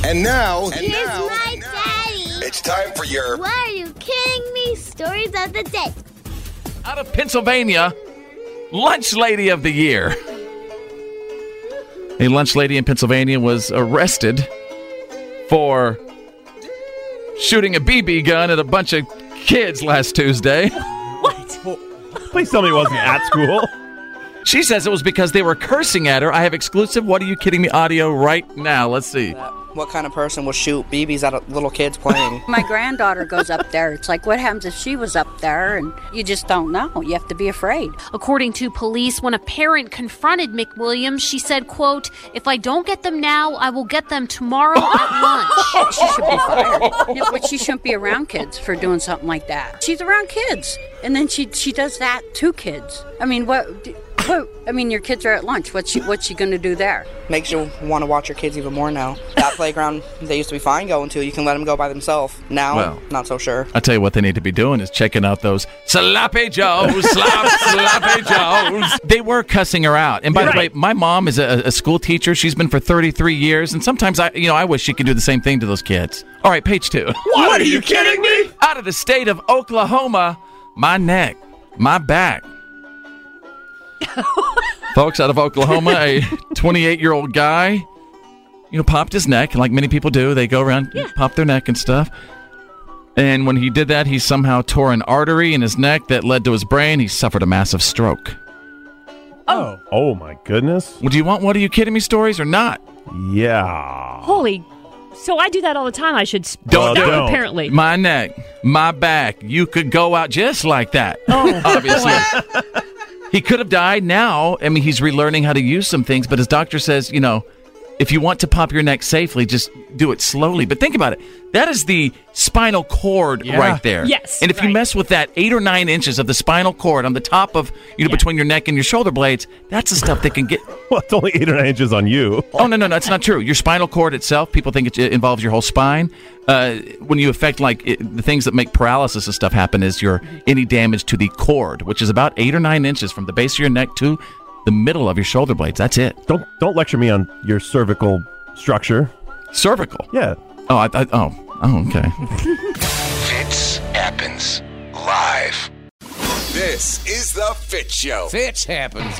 E: And now, and
B: Here's
E: now,
B: my daddy.
E: it's time for your.
B: Why are you kidding me? Stories of the dead.
H: Out of Pennsylvania, Lunch Lady of the Year. A lunch lady in Pennsylvania was arrested for shooting a BB gun at a bunch of kids last Tuesday.
C: What? Please tell me it wasn't at school.
H: She says it was because they were cursing at her. I have exclusive What Are You Kidding Me audio right now. Let's see.
A: What kind of person would shoot BBs at a little kids playing?
V: My granddaughter goes up there. It's like, what happens if she was up there? And you just don't know. You have to be afraid.
W: According to police, when a parent confronted McWilliams, she said, quote, if I don't get them now, I will get them tomorrow at lunch.
V: She should be fired. Yeah, but she shouldn't be around kids for doing something like that. She's around kids, and then she she does that to kids. I mean, what? d- what I mean, your kids are at lunch. What's she What's she going to do there?
A: Makes you want to watch your kids even more now. That playground they used to be fine going to, you can let them go by themselves. Now,
H: Well.
A: not so sure.
H: I tell you what they need to be doing is checking out those sloppy joes, slop, sloppy joes. They were cussing her out. And by the way, my mom is a, a school teacher. She's been for 33 years, and sometimes I, you know, I wish she could do the same thing to those kids. All right, page two.
C: What are you kidding me?
H: Out of the state of Oklahoma, my neck, my back. Folks out of Oklahoma, a 28 year old guy, you know, popped his neck, like many people do. They go around, pop their neck and stuff. And when he did that, he somehow tore an artery in his neck that led to his brain. He suffered a massive stroke.
C: Oh. Oh my goodness.
H: Well, do you want what are you kidding me stories or not?
C: Yeah.
X: Holy. So I do that all the time. I should s-
H: Don't
X: stop,
H: do it.
X: apparently.
H: My neck, my back. You could go out just like that.
X: Oh.
H: obviously. he could have died now. I mean, he's relearning how to use some things, but his doctor says, you know, if you want to pop your neck safely, just do it slowly. But think about it. That is the spinal cord
X: Yeah.
H: right there.
X: Yes,
H: And if you mess with that eight or nine inches of the spinal cord on the top of, you know, between your neck and your shoulder blades, that's the stuff that can get.
C: Well, it's only eight or nine inches on you.
H: Oh no, no, no, that's not true. Your spinal cord itself, people think it, it involves your whole spine. Uh, when you affect like it, the things that make paralysis and stuff happen is your any damage to the cord, which is about eight or nine inches from the base of your neck to the middle of your shoulder blades. That's it.
C: Don't don't lecture me on your cervical structure.
H: Cervical.
C: Yeah.
H: Oh, I, I, oh, oh, okay.
E: Fitz happens live. This is The Fit Show. Fitz happens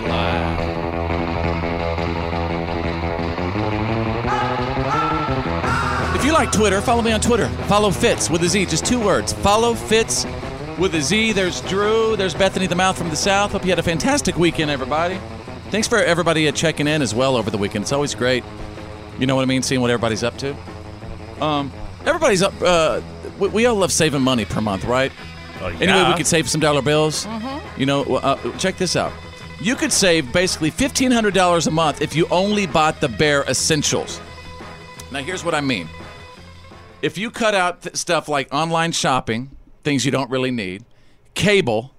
H: If you like Twitter, follow me on Twitter. Follow Fitz with a Z, just two words. Follow Fitz with a Z. There's Drew. There's Bethany the Mouth from the South. Hope you had a fantastic weekend, everybody. Thanks for everybody uh, checking in as well over the weekend. It's always great. You know what I mean? Seeing what everybody's up to. Um, everybody's up. Uh, we, we all love saving money per month, right? Anyway,
C: yeah.
H: we could save some dollar bills. You know, uh, check this out. You could save basically fifteen hundred dollars a month if you only bought the bare essentials. Now, here's what I mean. If you cut out th- stuff like online shopping, things you don't really need, cable,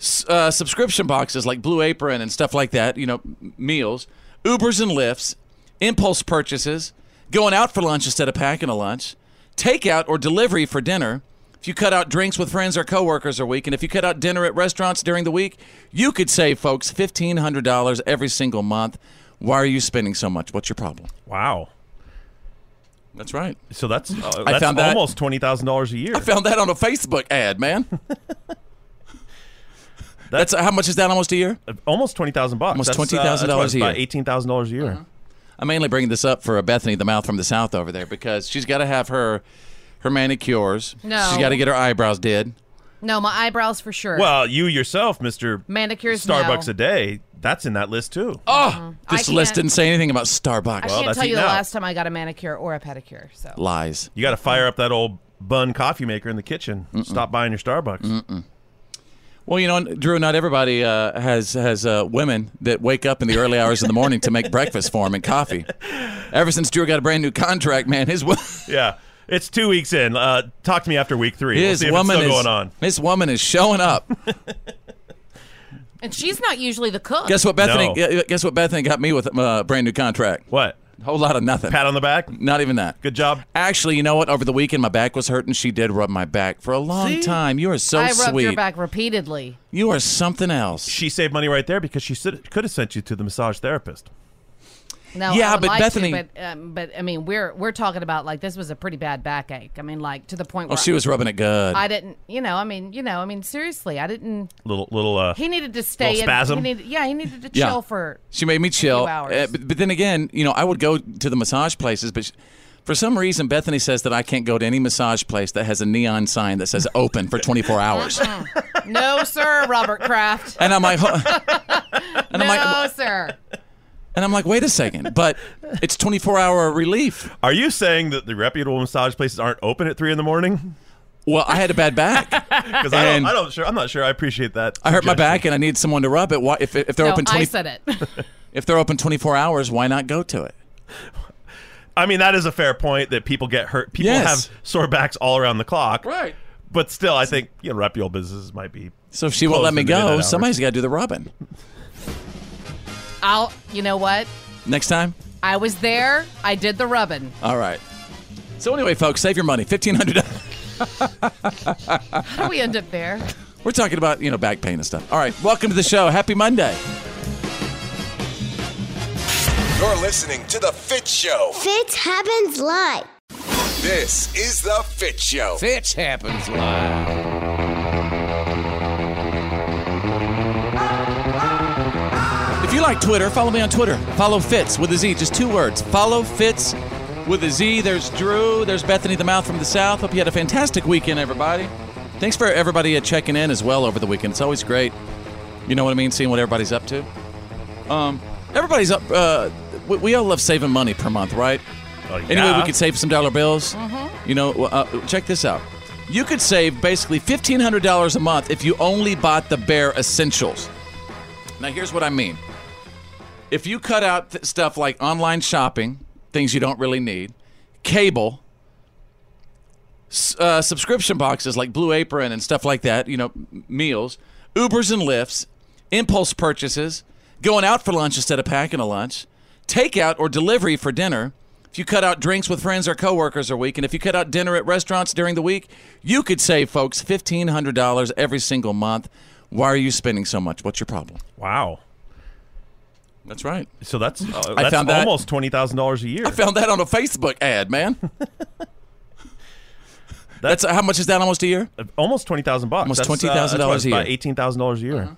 H: s- uh, subscription boxes like Blue Apron and stuff like that, you know, m- meals, Ubers and Lyfts, impulse purchases, going out for lunch instead of packing a lunch, takeout or delivery for dinner. If you cut out drinks with friends or coworkers a week, and if you cut out dinner at restaurants during the week, you could save folks fifteen hundred dollars every single month. Why are you spending so much? What's your problem?
C: Wow.
H: That's right.
C: So that's uh,
H: I
C: that's
H: found that-
C: almost twenty thousand dollars a year.
H: I found that on a Facebook ad, man. That's, how much is that? Almost a year?
C: Almost twenty thousand bucks.
H: Almost
C: That's, uh,
H: twenty thousand
C: that's what,
H: dollars
C: it's
H: a year. Uh-huh.
C: About eighteen thousand dollars a year.
H: I'm mainly bringing this up for Bethany, the mouth from the south over there, because she's got to have her her manicures.
D: No.
H: She's got to get her eyebrows did.
D: No, my eyebrows for sure.
C: Well, you yourself, Mister
D: Manicures,
C: Starbucks
D: no.
C: a day. That's in that list too.
H: Oh,
D: Uh-huh. I
H: this list
D: can't-
H: didn't say anything about Starbucks.
D: I can't tell you the last time I got a manicure or a pedicure. So
H: Lies.
C: You got to fire up that old bun coffee maker in the kitchen. Stop buying your Starbucks.
H: Well, you know, Drew, not everybody uh, has has uh, women that wake up in the early hours of the morning to make breakfast for him and coffee. Ever since Drew got a brand new contract, man, his wo-
C: Yeah, it's two weeks in. Uh, talk to me after week three.
H: his
C: we'll see
H: woman
C: if it's
H: is
C: still going on.
H: his woman is showing up.
D: and she's not usually the cook.
H: Guess what, Bethany? gu- Guess what, Bethany got me with a uh, brand new contract.
C: What?
H: A whole lot of nothing. Pat
C: on the back.
H: Not even that.
C: Good job.
H: Actually, you know what? Over the weekend, my back was hurting. She did rub my back for a long
D: See?
H: time. You are so
D: I rubbed
H: sweet.
D: your back repeatedly.
H: You are something else.
C: She saved money right there because she sit- could have sent you to the massage therapist.
D: No,
H: Yeah,
D: I would
H: but
D: like to,
H: Bethany-
D: but, um, but I mean, we're we're talking about like this was a pretty bad backache. I mean, like to the point
H: Oh,
D: where
H: she was rubbing it good.
D: I didn't, you know. I mean, you know. I mean, seriously, I didn't.
C: Little little. Uh,
D: He needed to stay.
H: little spasm?
D: In, he needed, yeah, he needed to
H: Yeah.
D: chill for.
H: She made me chill.
D: hours.
H: Uh, but, but then again, you know, I would go to the massage places, but sh for some reason, Bethany says that I can't go to any massage place that has a neon sign that says open for 24 hours.
D: Mm. no, sir, Robert Kraft.
H: And I'm like, huh?
D: no,
H: I'm like,
D: sir.
H: and I'm like, wait a second, but it's 24 hour relief.
C: Are you saying that the reputable massage places aren't open at three in the morning?
H: Well, I had a bad back.
C: Because I don't,
H: And-
C: I don't sure. I'm not sure. I appreciate that.
H: I hurt my
C: suggestion.
H: back and I need someone to rub it. Why, if, if they're
D: no,
H: open 20,
D: I said it.
H: if they're open 24 hours, why not go to it?
C: I mean, that is a fair point that people get hurt. People
H: Yes.
C: have sore backs all around the clock.
H: Right.
C: But still, I think you know, reputable businesses might be.
H: So if she won't
C: closed
H: let me
C: in the midnight
H: go,
C: hours.
H: somebody's got to do the rubbing.
D: I'll. You know what?
H: Next time?
D: I was there. I did the rubbing.
H: All right. So anyway, folks, save your money. $1,500.
D: How do we end up there?
H: We're talking about, you know, back pain and stuff. All right. Welcome to the show. Happy Monday.
E: You're listening to The Fit Show.
B: Fitz happens live.
E: This is The Fit Show. Fitch happens
H: If you like Twitter, follow me on Twitter. Follow Fitz with a Z, just two words. Follow Fitz with a Z. There's Drew. There's Bethany the Mouth from the South. Hope you had a fantastic weekend, everybody. Thanks for everybody uh, checking in as well over the weekend. It's always great. You know what I mean? Seeing what everybody's up to. Um, everybody's up. Uh, we, we all love saving money per month, right? Anyway,
C: Oh, yeah.
H: we could save some dollar bills.
C: Mhm.
H: You know, uh, check this out. You could save basically fifteen hundred dollars a month if you only bought the bare essentials. Now, here's what I mean. If you cut out th- stuff like online shopping, things you don't really need, cable, s- uh, subscription boxes like Blue Apron and stuff like that, you know, m- meals, Ubers and Lyfts, impulse purchases, going out for lunch instead of packing a lunch, takeout or delivery for dinner. If you cut out drinks with friends or coworkers a week, and if you cut out dinner at restaurants during the week, you could save folks fifteen hundred dollars every single month. Why are you spending so much? What's your problem?
C: Wow.
H: That's right.
C: So that's uh,
H: I
C: that's
H: found that-
C: almost twenty thousand dollars a year.
H: I found that on a Facebook ad, man. That's, how much is that almost a year?
C: Almost twenty thousand bucks.
H: Almost
C: That's, uh,
H: twenty thousand
C: that's what,
H: dollars
C: it's
H: a year. Uh-huh.
C: About eighteen thousand dollars a year.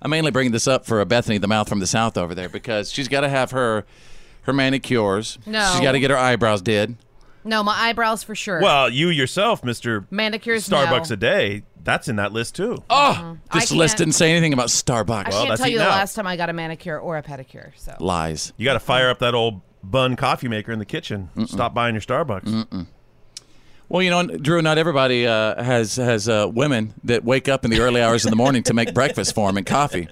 H: I'm mainly bringing this up for uh, Bethany, the mouth from the south over there, because she's got to have her her manicures.
D: No.
H: she's got to get her eyebrows did.
D: No, my eyebrows for sure.
C: Well, you yourself, Mister
D: Manicures,
C: Starbucks
D: no.
C: a day. That's in that list too.
H: Oh,
D: I
H: this list
D: can't-
H: didn't say anything about Starbucks.
D: I can't tell you the last time I got a manicure or a pedicure. So
H: Lies.
C: You got to fire up that old bun coffee maker in the kitchen. Stop buying your Starbucks.
H: Well, you know, Drew, not everybody uh, has has uh, women that wake up in the early hours of the morning to make breakfast for him and coffee.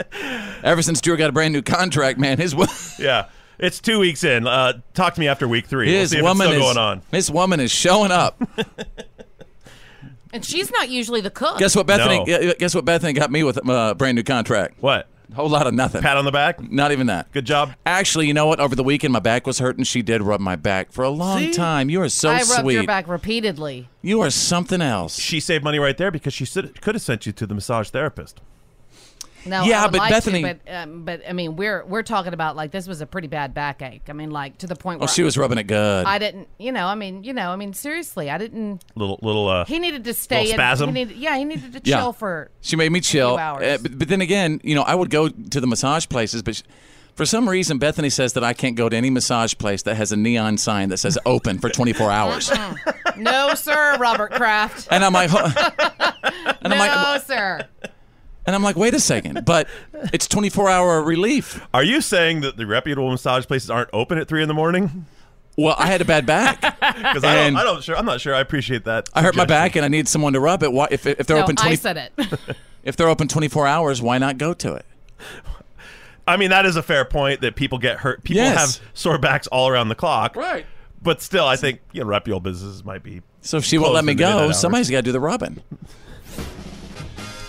H: Ever since Drew got a brand new contract, man, his wo-
C: Yeah, it's two weeks in. Uh, talk to me after week three.
H: his
C: we'll see
H: woman
C: if it's
H: is
C: still going on.
H: his woman is showing up.
D: and she's not usually the cook.
H: Guess what, Bethany?
C: No.
H: gu- Guess what, Bethany got me with a uh, brand new contract.
C: What?
H: Whole lot of nothing.
C: Pat on the back.
H: Not even that.
C: Good job.
H: Actually, you know what? Over the weekend, my back was hurting. She did rub my back for a long
D: See?
H: time. You are so
D: I rubbed
H: sweet.
D: your back repeatedly.
H: You are something else.
C: She saved money right there because she could have sent you to the massage therapist.
D: No,
H: Yeah,
D: I would
H: but
D: like to,
H: Bethany-
D: but, um, but I mean, we're we're talking about like this was a pretty bad backache. I mean, like to the point
H: Oh,
D: where
H: she was rubbing it good.
D: I didn't, you know. I mean, you know. I mean, seriously, I didn't.
C: Little little uh
D: He needed to stay.
H: Little
D: in-
H: spasm?
D: he needed, yeah, he needed to
H: Yeah.
D: chill for.
H: She made me chill.
D: hours.
H: Uh, but, but then again, you know, I would go to the massage places, but sh for some reason, Bethany says that I can't go to any massage place that has a neon sign that says open for 24 hours.
D: Mm. no, sir, Robert Kraft.
H: And I'm like, huh. and
D: no,
H: I'm like,
D: sir.
H: and I'm like, wait a second, but it's 24 hour relief.
C: Are you saying that the reputable massage places aren't open at three in the morning?
H: Well, I had a bad back.
C: Because I don't,
H: And-
C: I don't sure. I'm not sure. I appreciate that.
H: I hurt my back and I need someone to rub it. Why, if, if they're
D: No,
H: open 20,
D: I said it.
H: if they're open 24 hours, why not go to it?
C: I mean, that is a fair point that people get hurt. People
H: Yes.
C: have sore backs all around the clock.
H: Right.
C: But still, I think you know, reputable businesses might be.
H: So if she won't
C: closed
H: let me
C: in the midnight
H: go,
C: hours.
H: somebody's got to do the rubbing.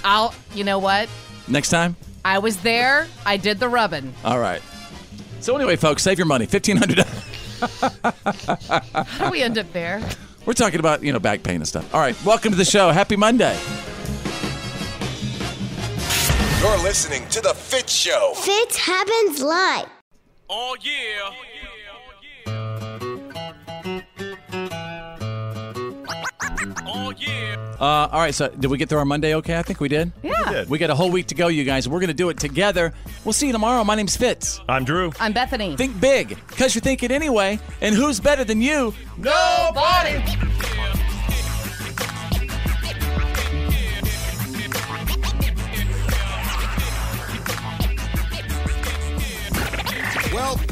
D: I'll. You know what?
H: Next time?
D: I was there. I did the rubbing.
H: All right. So anyway, folks, save your money. $1,500.
D: How do we end up there?
H: We're talking about, you know, back pain and stuff. All right. Welcome to the show. Happy Monday.
E: You're listening to The Fit Show.
B: Fitz happens live.
E: Oh, yeah.
H: Uh, all right. So did we get through our Monday okay? I think we did.
D: Yeah. We did.
H: We got a whole week to go, you guys. We're going to do it together. We'll see you tomorrow. My name's Fitz.
C: I'm Drew.
D: I'm Bethany.
H: Think big, because you're thinking anyway. And who's better than you?
D: Nobody.
E: Well,